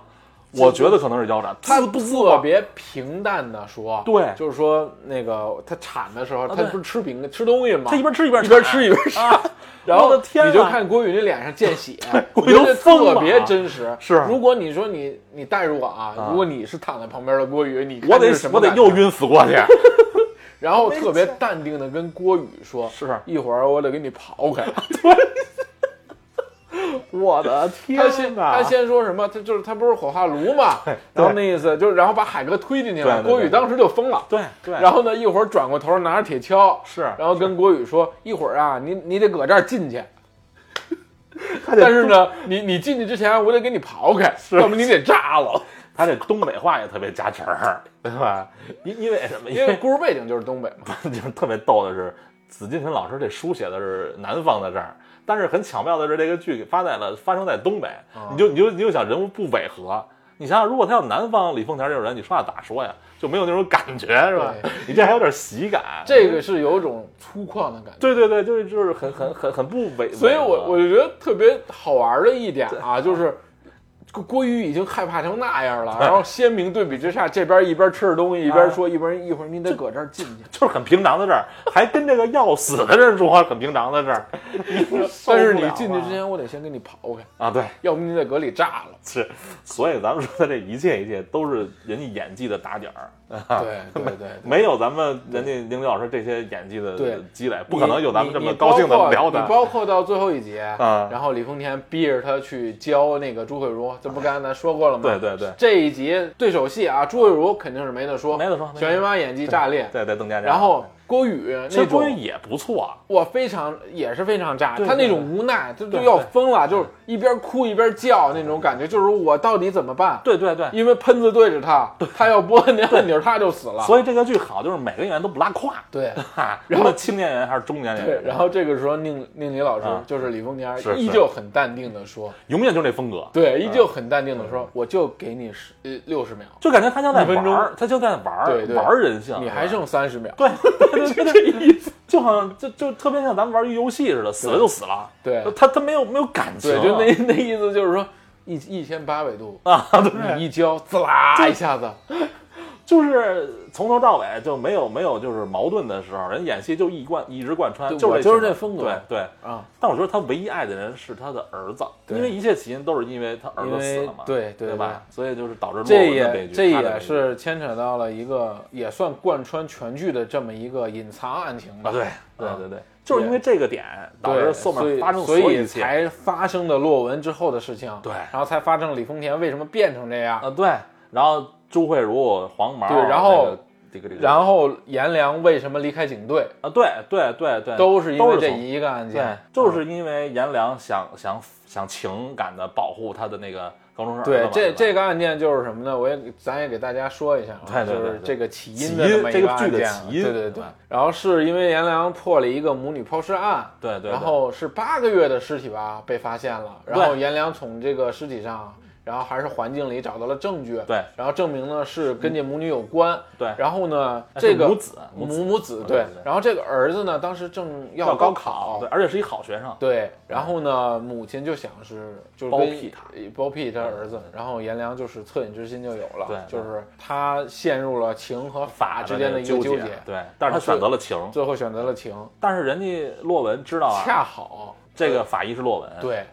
S1: 我觉得可能是腰斩，
S2: 他
S1: 滋嘟
S2: 特别平淡的说，
S1: 对
S2: 就是说那个他铲的时候，他
S1: 对
S2: 不是吃饼吃东西吗？
S1: 他一边吃一边
S2: 一边
S1: 铲
S2: 吃一 边 吃
S1: 啊，
S2: 然后
S1: 我的天啊
S2: 你就看郭宇那脸上见血，
S1: 郭
S2: 我
S1: 宇
S2: 觉得
S1: 都疯了啊
S2: 特别真实。
S1: 是
S2: 如果你说你你代入我啊，如果你是躺在旁边的郭宇，你看
S1: 我
S2: 这
S1: 得
S2: 是什么
S1: 我得
S2: 感觉
S1: 又晕死过去。
S2: 然后特别淡定的跟郭宇说：“
S1: 是
S2: 一会儿我得给你 刨开。
S1: 我的”天
S2: 他先
S1: 哪！
S2: 他先说什么？他就是他不是火化 炉嘛，然后那意思就是，然后把海哥推进去
S1: 对对
S2: 了。
S1: 对
S2: 郭宇当时就疯了。
S1: 对对，
S2: 然后呢，一会儿转过头拿着铁锹，
S1: 哎是
S2: 然后跟郭宇说：“一会儿啊，你你得搁这儿进去，
S1: 他
S2: 但
S1: 这
S2: 是呢，你你进去之前我得给你刨开，要不你得炸了。
S1: 他这东北话也特别夹词儿，对吧？因因为什么？
S2: 因为故事背景就是东北 嘛。
S1: 就是特别逗的是，紫金陈老师这书写的是南方的这儿，但是很巧妙的是，这个剧发在了发生在东北，
S2: 嗯
S1: 你就你就你就想人物不违和。你想想，如果他要南方李凤田这种人，你说话咋说呀？就没有那种感觉，是吧
S2: 对？
S1: 你这还有点喜感。
S2: 这个是有一种粗犷的感觉。”
S1: 对对对，就是就是很很很很不违。
S2: 所以我我
S1: 违和
S2: 就觉得特别好玩的一点啊，就是郭郭宇已经害怕成那样了，然后鲜明对比之下，这边一边吃着东
S1: 哎
S2: 西，一边说，一边一会儿你得搁这儿进去。
S1: 就是很平常的事儿，还跟这个要死的人说话很平常的事 儿。你受
S2: 但是
S1: 不
S2: 你
S1: 了
S2: 进去
S1: 啊
S2: 之前，我得先给你刨开，
S1: 啊，对，
S2: 要不你得搁里炸了。
S1: 是，所以咱们说的这一切一切都是人家演技的打底 儿。
S2: 对对对对。
S1: 没有咱们人家宁老师这些演技的
S2: 对
S1: 积累，不可能有咱们这
S2: 你
S1: 么
S2: 你
S1: 高兴的聊
S2: 你
S1: 的。
S2: 包括到最后一节，
S1: 啊
S2: 然后李丰田逼着他去教那个朱慧茹，这不刚才咱说过了吗？
S1: 对对对
S2: 这一集对手戏啊，朱慧茹肯定是没得说，
S1: 没得说没得说
S2: 小姨妈演技炸裂。
S1: 对对，邓家佳。
S2: 然后郭宇
S1: 其实
S2: 那
S1: 郭
S2: 种
S1: 云也不错，
S2: 我非常也是非常炸，
S1: 对
S2: 他那
S1: 对
S2: 种
S1: 对
S2: 无奈，就就
S1: 对
S2: 要
S1: 对
S2: 疯了，就是一边哭一边叫那种感觉，就是我到底怎么办？，
S1: 对对对。
S2: 因为喷子对着他，他要拨那按钮，他就死了。
S1: 所以这个剧好，就是每个演员都不拉胯，
S2: 对
S1: 哈，
S2: 然
S1: 然
S2: 后
S1: 后青年演员还是中年演
S2: 对，
S1: 员，
S2: 然后这个时候宁宁理老师
S1: 啊
S2: 就是李丰田
S1: 是，是
S2: 依旧很淡定的说，
S1: 永远就这风格，
S2: 对，依旧很淡定的
S1: 嗯
S2: 说，我就给你十呃六十秒，
S1: 就感觉他就在
S2: 一分
S1: 玩
S2: 钟
S1: 儿，他就在玩
S2: 对
S1: 儿
S2: 对
S1: 玩儿人性，
S2: 你还
S1: 是吧
S2: 剩三十秒。
S1: 啊对，对对对，意思就好像就就特别像咱们玩一游戏似的，死了就死了，
S2: 对
S1: 他他没有没有感情
S2: 对，
S1: 啊，
S2: 就那那意思就是说一一天八百度，
S1: 啊，对，
S2: 你一浇，滋啦一下子，
S1: 就是从头到尾就没有没有就是矛盾的时候，人演戏就一贯一直贯穿，
S2: 对
S1: 就是
S2: 我就是
S1: 这
S2: 这风格
S1: 对对。
S2: 啊，
S1: 但我觉得他唯一爱的人是他的儿子，
S2: 对
S1: 因为一切起因都是因为他儿
S2: 因
S1: 子死
S2: 为
S1: 了嘛，
S2: 对
S1: 对
S2: 对
S1: 吧？？所以就是导致
S2: 这
S1: 落文的悲
S2: 也
S1: 剧，
S2: 这
S1: 他的
S2: 也
S1: 悲剧
S2: 是牵扯到了一个也算贯穿全剧的这么一个隐藏案情吧
S1: 啊，，对
S2: 啊
S1: 对对对，就是因为这个点导
S2: 对，
S1: 致
S2: 所
S1: 后
S2: 以
S1: 面发生
S2: 所
S1: 有
S2: 以
S1: 一切
S2: 才发生的洛文之后的事情，
S1: 对
S2: 然后才发生李丰田为什么变成这样，
S1: 啊，对，然后朱慧茹、黄毛，
S2: 对然后
S1: 那个这个这个，
S2: 然后颜良为什么离开警队，
S1: 啊，对对对对，
S2: 都是因为这
S1: 从
S2: 一个案
S1: 对
S2: 件，，
S1: 就是因为颜良想想想情感的保护他的那个高中生儿子
S2: 对
S1: 嘛，
S2: 这
S1: 对
S2: 这
S1: 吧
S2: 个案件就是什么呢？我也给咱也给大家说一下啊，
S1: 对对
S2: 就
S1: 对
S2: 是
S1: 对
S2: 这个起
S1: 起
S2: 因
S1: 因
S2: 的么一
S1: 这个
S2: 案
S1: 剧的
S2: 件啊，
S1: 起因
S2: 对对对
S1: 对吧。
S2: 然后是因为颜良破了一个母女抛尸案，
S1: 对对，
S2: 然
S1: 对
S2: 后是八个月的尸体吧被发现了，然后
S1: 对
S2: 颜良从这个尸体上，然后还是环境里找到了证据，
S1: 对
S2: 然后证明呢是跟这母女有关，
S1: 对
S2: 然后呢
S1: 哎
S2: 这
S1: 是
S2: 个
S1: 母子
S2: 母
S1: 母子
S2: 母子
S1: 对
S2: 对
S1: 对对，
S2: 然后这个儿子呢当时正
S1: 要
S2: 高
S1: 高考，对，而且是一好学生，
S2: 对，然后呢，母亲就想是就是
S1: 包
S2: 跟
S1: 庇他，
S2: 包庇他儿子，然后颜良就是恻隐之心就有了，
S1: 对对
S2: 就是他陷入了情和法之间的一个
S1: 纠
S2: 纠
S1: 对，但是他选择了情，
S2: 最后选择了情，
S1: 但是人家洛文知道啊，
S2: 恰好
S1: 这个法医是洛文，
S2: 对
S1: 对吧？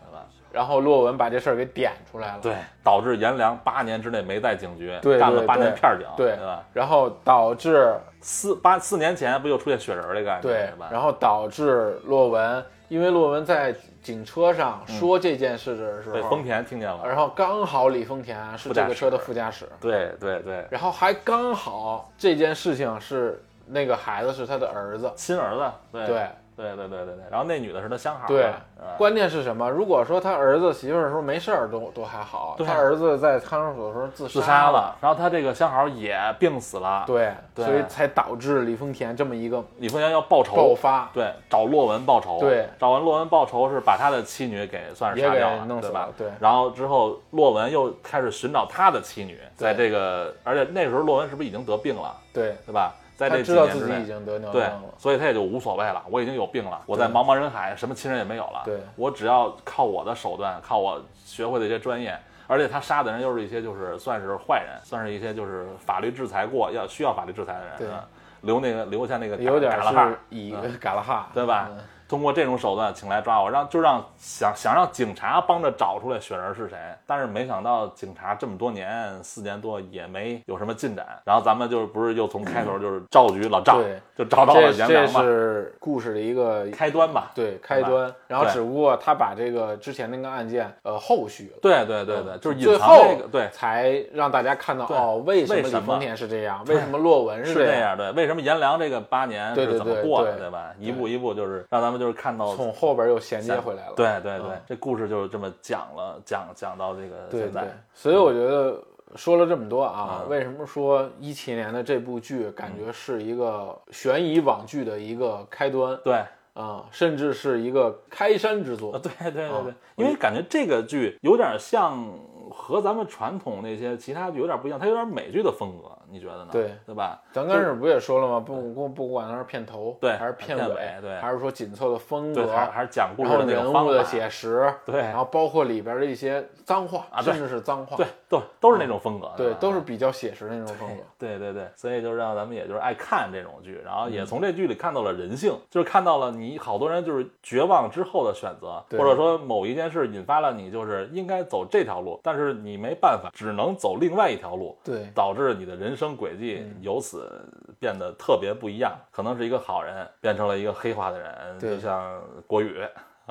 S2: 然后洛文把这事儿给点出来了，
S1: 对，导致颜良八年之内没在警局
S2: 对
S1: 干了
S2: 对
S1: 八年
S2: 对
S1: 片儿警，
S2: 对
S1: 吧？
S2: 然后导致
S1: 四八四年前不又出现雪人儿这个案件
S2: 对
S1: 是吧，？
S2: 然后导致洛文，因为洛文在警车上说
S1: 嗯
S2: 这件事的时
S1: 对
S2: 候，
S1: 丰田听见了，
S2: 然后刚好李丰田是
S1: 副
S2: 这
S1: 驾
S2: 个
S1: 驶
S2: 车的副驾驶，
S1: 对对对，
S2: 然后还刚好这件事情是那个孩子是他的儿子，
S1: 亲儿子，对
S2: 对
S1: 对对对对对，然后那女的是他相哎好的，
S2: 对
S1: 嗯，
S2: 关键是什么？如果说他儿子媳妇儿说没事儿都都还好，
S1: 对
S2: 他儿子在看守所的时候自
S1: 自
S2: 杀
S1: 杀，了，然后他这个相好也病死了，，
S2: 对，
S1: 对
S2: 所以才导致李丰田这么一个
S1: 李丰田要报仇，
S2: 爆发，
S1: 对，找洛文报仇，
S2: 对
S1: 找完洛文报仇是把他的妻女给算是
S2: 也
S1: 杀
S2: 给
S1: 掉了，
S2: 弄死
S1: 对吧
S2: 了？对
S1: 然后之后洛文又开始寻找他的妻女，在这个，而且那时候洛文是不是已经得病了，
S2: 对，
S1: 对吧？在
S2: 他
S1: 这几
S2: 知道
S1: 年
S2: 自
S1: 之
S2: 己已
S1: 内。
S2: 经得牛
S1: 对
S2: 症了，，
S1: 所以他也就无所谓了。我已经有病了，我在
S2: 哦对
S1: 茫茫人海，什么亲人也没有了。
S2: 对
S1: 我只要靠我的手段，靠我学会的一些专业，而且他杀的人又是一些就是算是坏人，算是一些就是法律制裁过要需要法律制裁的人，
S2: 对
S1: 是吧留那个留下那个
S2: 有点
S1: 嘎嘎啦哈
S2: 是以
S1: 嗯
S2: 嘎拉哈，
S1: 对吧？
S2: 嗯
S1: 通过这种手段请来抓我，让就让想想让警察帮着找出来雪人是谁，但是没想到警察这么多年四年多也没有什么进展。然后咱们就是不是又从开头就是赵局老赵
S2: 对
S1: 就找到了
S2: 这
S1: 颜
S2: 这
S1: 良嘛，
S2: 是故事的一个
S1: 开端吧？
S2: 对开端，然后
S1: 对
S2: 只不过他把这个之前那个案件呃后续了。
S1: 对对对对，就是
S2: 嗯最
S1: 隐藏
S2: 后
S1: 这个对
S2: 才让大家看到
S1: 对
S2: 哦，为什么
S1: 为什
S2: 李
S1: 么
S2: 丰田是这样，为什么洛文
S1: 是
S2: 这
S1: 这？样对。为什么颜良这个八年
S2: 对对
S1: 是怎么
S2: 对
S1: 过的，
S2: 对
S1: 对吧？一步一步就是让咱们就是看到。
S2: 从后边又衔接回来了。
S1: 对对对
S2: 嗯，
S1: 这故事就是这么讲了，讲讲到这个
S2: 对
S1: 现在
S2: 对，所以我觉得说了这么多啊，
S1: 嗯
S2: 为什么说一七年的这部剧感觉是一个悬疑网剧的一个开端啊、
S1: 对
S2: 甚至是一个开山之
S1: 啊，
S2: 作？
S1: 对对对对
S2: 啊，
S1: 因为感觉这个剧有点像和咱们传统那些其他剧有点不一样，它有点美剧的风格，你觉得呢？
S2: 对
S1: 对吧？
S2: 咱刚开始不也说了吗？不不不管它是片头，
S1: 对
S2: 还是片
S1: 片尾对
S2: 还是说紧凑的风
S1: 对，
S2: 格，
S1: 还还是讲故
S2: 然
S1: 事
S2: 后
S1: 的那
S2: 人
S1: 种方
S2: 物的
S1: 法，
S2: 写实，
S1: 对
S2: 然后包括里边的一些脏话，
S1: 啊对
S2: 甚至是脏话，
S1: 对对，都是那种风格，
S2: 嗯对，
S1: 吧
S2: 都是比较写实的那种风格。
S1: 对对对，所以就让咱们也就是爱看这种剧，然后
S2: 嗯
S1: 也从这剧里看到了人性，就是看到了你好多人就是绝望之后的选择，
S2: 对
S1: 或者说某一件事引发了你就是应该走这条路，但是你没办法，只能走另外一条路，
S2: 对
S1: 导致你的人生轨迹
S2: 嗯
S1: 由此变得特别不一样，可能是一个好人变成了一个黑化的人，
S2: 对
S1: 就像郭宇，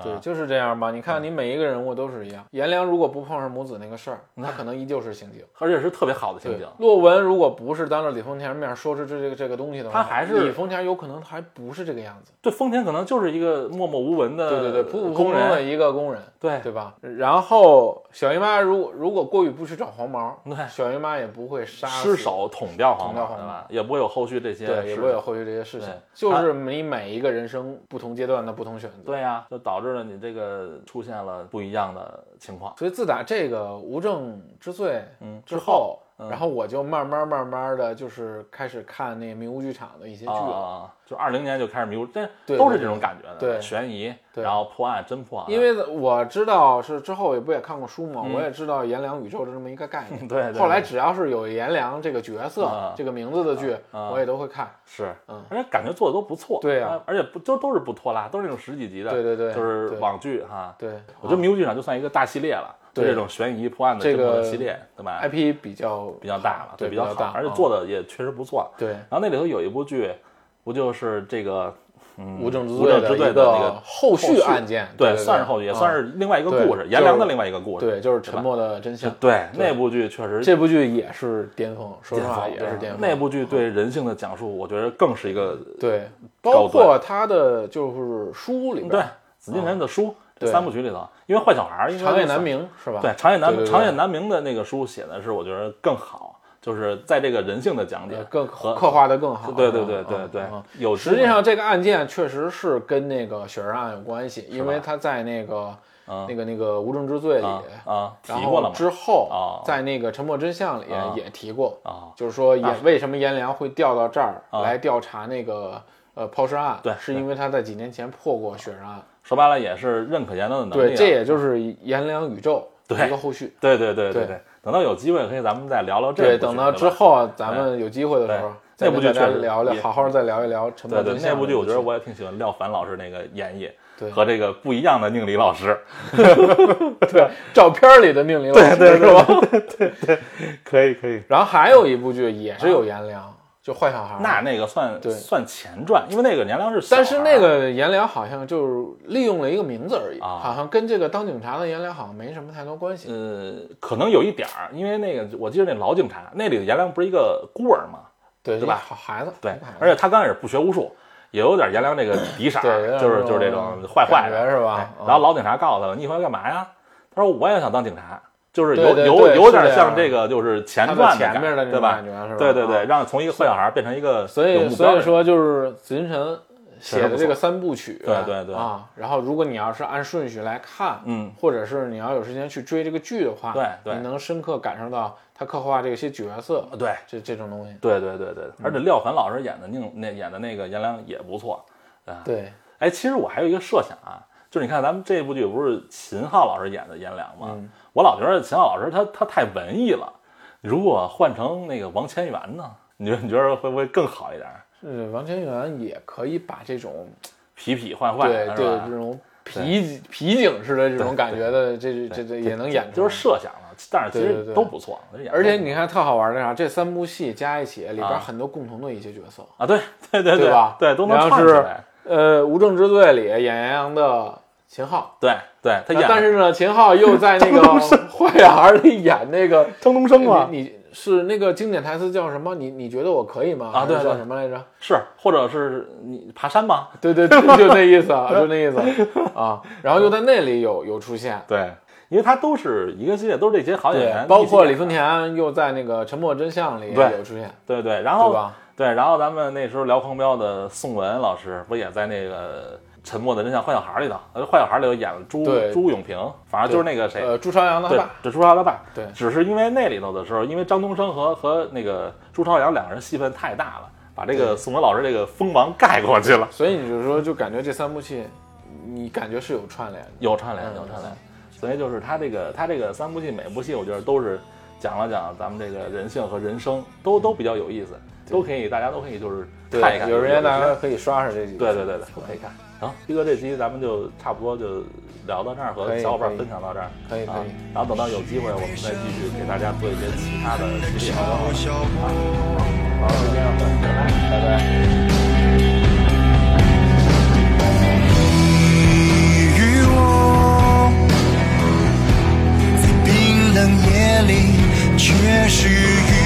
S2: 对，就是这样吧。你
S1: 嗯
S2: 看，你每一个人物都是一样。颜良如果不碰上母子那个事儿，
S1: 嗯
S2: 他可能依旧是刑警。
S1: 而且是特别好的情
S2: 对
S1: 景，，
S2: 洛文如果不是当着李丰田面说出这这个这个东西的话，
S1: 他还是
S2: 李丰田有可能还不是这个样子。
S1: 对，丰田可能就是一个默默无闻的
S2: 对对对，普普通
S1: 呃工
S2: 通的
S1: 人，哎
S2: 一个工人，
S1: 对
S2: 对吧？然后小姨妈如如果郭宇不去找黄毛，
S1: 对
S2: 小姨妈也不会杀死
S1: 失，手捅掉黄毛，
S2: 捅掉黄
S1: 对
S2: 毛
S1: 吧？也不会有后续这些事情，
S2: 对，也不会有后续这些事情
S1: 对。
S2: 就是你每一个人生不同阶段的不同选择。
S1: 对呀、就导致了你这个出现了不一样的情况。
S2: 所以自打这个无证之罪
S1: 嗯
S2: 之后，然后我就慢慢慢慢的就是开始看那迷雾剧场的一些剧了，
S1: 啊，就二零年就开始迷雾，这
S2: 对
S1: 都是这种感觉的，
S2: 对
S1: 悬疑，
S2: 对
S1: 然后破案，真破案，
S2: 因为我知道是之后也不也看过书嘛，
S1: 嗯
S2: 我也知道颜良宇宙的这么一个概 念。
S1: 对对对
S2: 后来只要是有颜良这个角色、
S1: 啊
S2: 这个名字的剧，
S1: 啊
S2: 我也都会看。
S1: 是，
S2: 嗯
S1: 而且感觉做的都不错，呃
S2: 对呀
S1: 而且不就都是不拖拉，都是那种十几集的，
S2: 对对对
S1: 就是
S2: 对
S1: 网剧哈，
S2: 对
S1: 我觉得《迷雾剧场》就算一个大系列了，
S2: 对
S1: 就这种悬疑破案的
S2: 这
S1: 这
S2: 个
S1: 种系列，对吧？
S2: ，IP 啊比较
S1: 比较大了，
S2: 对
S1: 比
S2: 比
S1: 较
S2: 较
S1: 好
S2: 大，
S1: 而且
S2: 啊
S1: 做的也确实不错。
S2: 对
S1: 然后那里头有一部剧，不就是这个嗯，
S2: 无证之
S1: 无证
S2: 的
S1: 之
S2: 一
S1: 罪的那个
S2: 后续案件，
S1: 对
S2: 对，
S1: 算是后续，也算
S2: 是
S1: 是另外一个
S2: 对
S1: 故事，颜
S2: 就是
S1: 良的另外一个故事。
S2: 对，就是《沉默的真相》。
S1: 对，那部剧确实
S2: 这部剧也是巅峰，说实
S1: 巅
S2: 话
S1: 峰，
S2: 也是嗯巅峰。
S1: 那部剧对人性的讲述，我觉得更是一个
S2: 对，
S1: 高端
S2: 包括他的就是书里边，
S1: 对紫禁城的书这
S2: 对
S1: 三部曲里头，因为坏小孩儿应该
S2: 长夜
S1: 是
S2: 难明是吧？
S1: 对，长夜难
S2: 对对对
S1: 长夜难明的那个书写的是，我觉得更好，就是在这个人性的讲解
S2: 呃，更
S1: 和
S2: 刻画的更好。
S1: 对对对
S2: 嗯
S1: 对
S2: 嗯
S1: 对
S2: 嗯，
S1: 有
S2: 实际上这个案件确实是跟那个雪人案有关系，因为他在那个
S1: 嗯
S2: 那个那个无证之罪里，
S1: 啊啊提
S2: 然
S1: 过了
S2: 后
S1: 嘛
S2: 之后
S1: 哦
S2: 在那个沉默真相里
S1: 啊
S2: 也提过，
S1: 啊，
S2: 就是说也为什么颜良会调到这儿
S1: 啊
S2: 来调查那个呃抛尸案，
S1: 对
S2: 是因为他在几年前破过雪人案。
S1: 说白了也是认可颜良的能力
S2: 对，
S1: 啊。
S2: 这也就是颜良宇宙
S1: 对
S2: 一个后续。
S1: 对对对
S2: 对
S1: 对对，等到有机会可以咱们再聊聊这部
S2: 对，
S1: 剧
S2: 等到
S1: 对
S2: 之
S1: 吧
S2: 后啊咱们有机会的时候
S1: 对，
S2: 再
S1: 那部
S2: 跟
S1: 剧
S2: 大家
S1: 确实
S2: 聊聊，
S1: 也
S2: 好好再聊一聊《沉默
S1: 对对
S2: 真，相》
S1: 那部剧我觉得
S2: 这个
S1: 我也挺喜欢廖凡老师那个演绎，
S2: 对
S1: 和这个不一样的宁理老师，
S2: 对照片里的命令，对
S1: 对
S2: 是吧？
S1: 可以可以。
S2: 然后还有一部剧也是有颜良，就坏小孩儿。
S1: 那那个算
S2: 对
S1: 算前传，因为那个颜良是小孩
S2: 但
S1: 儿，
S2: 是那个颜良好像就是利用了一个名字而已，
S1: 啊
S2: 好像跟这个当警察的颜良好像没什么太多关系。
S1: 呃，可能有一点儿，因为那个我记得那老警察那里的颜良不是一个孤儿嘛，
S2: 对，
S1: 对吧
S2: 一个好孩子，
S1: 对
S2: 一个孩，子
S1: 而且他刚开始不学巫术，也有点颜良这个底色儿，
S2: 对有点
S1: 就是
S2: 那种
S1: 就是这种坏坏
S2: 感
S1: 的
S2: 觉是吧
S1: 哎
S2: 嗯
S1: 然后老警察告诉他，你以后要干嘛呀？他说我也想当警察，就是有
S2: 对对
S1: 有
S2: 对
S1: 有点
S2: 是这样
S1: 像这个就是前
S2: 他
S1: 传
S2: 们前
S1: 感
S2: 面的那
S1: 对
S2: 种
S1: 吧
S2: 感？觉是吧？
S1: 对对对，
S2: 啊，
S1: 让从一个坏小孩变成一个
S2: 所
S1: 有目标
S2: 以
S1: 的
S2: 所以
S1: 人
S2: 说就是紫禁城写
S1: 确实
S2: 的
S1: 不
S2: 这
S1: 错
S2: 个三部曲，
S1: 对对对
S2: 啊。然后如果你要是按顺序来看，
S1: 嗯，
S2: 或者是你要有时间去追这个剧的话，
S1: 对对
S2: 你能深刻感受到他刻画这些角色
S1: 呃对
S2: 这这种东西。
S1: 对对对对，
S2: 嗯
S1: 而且廖凡老师演的那种那演的那个颜良也不错，
S2: 对，
S1: 哎，其实我还有一个设想啊，就是你看咱们这部剧不是秦昊老师演的颜良吗？
S2: 嗯
S1: 我老觉得秦昊老师他他太文艺了，如果换成那个王千源呢？你觉得你觉得会不会更好一点？
S2: 是呃王千源也可以把这种
S1: 痞痞坏坏，
S2: 对
S1: 是
S2: 对
S1: 吧
S2: 这种皮皮景似的这种感觉的，这这这也能演出
S1: 就
S2: 来
S1: 是。设想了，但是其
S2: 对对
S1: 实
S2: 对
S1: 都不错，我觉得演得
S2: 而且
S1: 都
S2: 你看特好玩的啥，这三部戏加一起，里边
S1: 啊
S2: 很多共同的一些角色。
S1: 啊，对对对
S2: 对吧
S1: 对，都能
S2: 然后
S1: 串起
S2: 是
S1: 来，
S2: 呃，《无证之罪》里演杨洋的秦昊，
S1: 对对，他
S2: 那
S1: 演
S2: 呃但是呢，秦昊又在 那个坏小孩里演那个
S1: 张东升嘛，
S2: 你你是那个经典台词叫什么？你你觉得我可以吗？
S1: 啊对
S2: 还是叫
S1: 对
S2: 什么来着？
S1: 是，或者是你爬山吗？
S2: 对对对，就那意思 啊，就那意思啊。然后又在那里有有出现，
S1: 对，因为他都是一个系列，都是这些好演
S2: 对
S1: 员，，
S2: 包括李
S1: 丰
S2: 丰田又在那个《沉默真相》里
S1: 对
S2: 有出现，
S1: 对对，然
S2: 对
S1: 后
S2: 吧？
S1: 对，然后咱们那时候聊狂飙的宋文老师，不也在那个《沉默的真相》坏小孩里头？呃，坏小孩里头演了朱
S2: 对
S1: 朱永平，反正就是那个谁，
S2: 呃，朱朝阳的他
S1: 对
S2: 爸，，
S1: 这朱朝阳他爸。
S2: 对
S1: 只是因为那里头的时候，因为张东升和和那个朱朝阳两个人戏份太大了，把这个宋文老师这个锋芒盖过去了，
S2: 所以你就说，就感觉这三部戏，你感觉是有串联的。
S1: 有串联，
S2: 嗯
S1: 有串联。所以就是他这个他这个三部戏，每部戏我觉得都是讲了讲咱们这个人性和人生，都都比较有意思，都可以大家都可以就是看一看。
S2: 嗯有时间大
S1: 时间
S2: 家可以刷刷这几个。
S1: 对对对对，我可以看。行，逼哥这期咱们就差不多就聊到这儿，
S2: 可
S1: 和
S2: 以
S1: 小伙
S2: 可
S1: 伴
S2: 以
S1: 分享到这儿，
S2: 可以
S1: 啊
S2: 可以
S1: 然后等到有机会，我们再继续给大家做一些其他的系列，好不好？
S3: 小
S2: 好，就这样吧，拜拜，拜拜。
S3: 你与我，在冰冷夜里，却是与。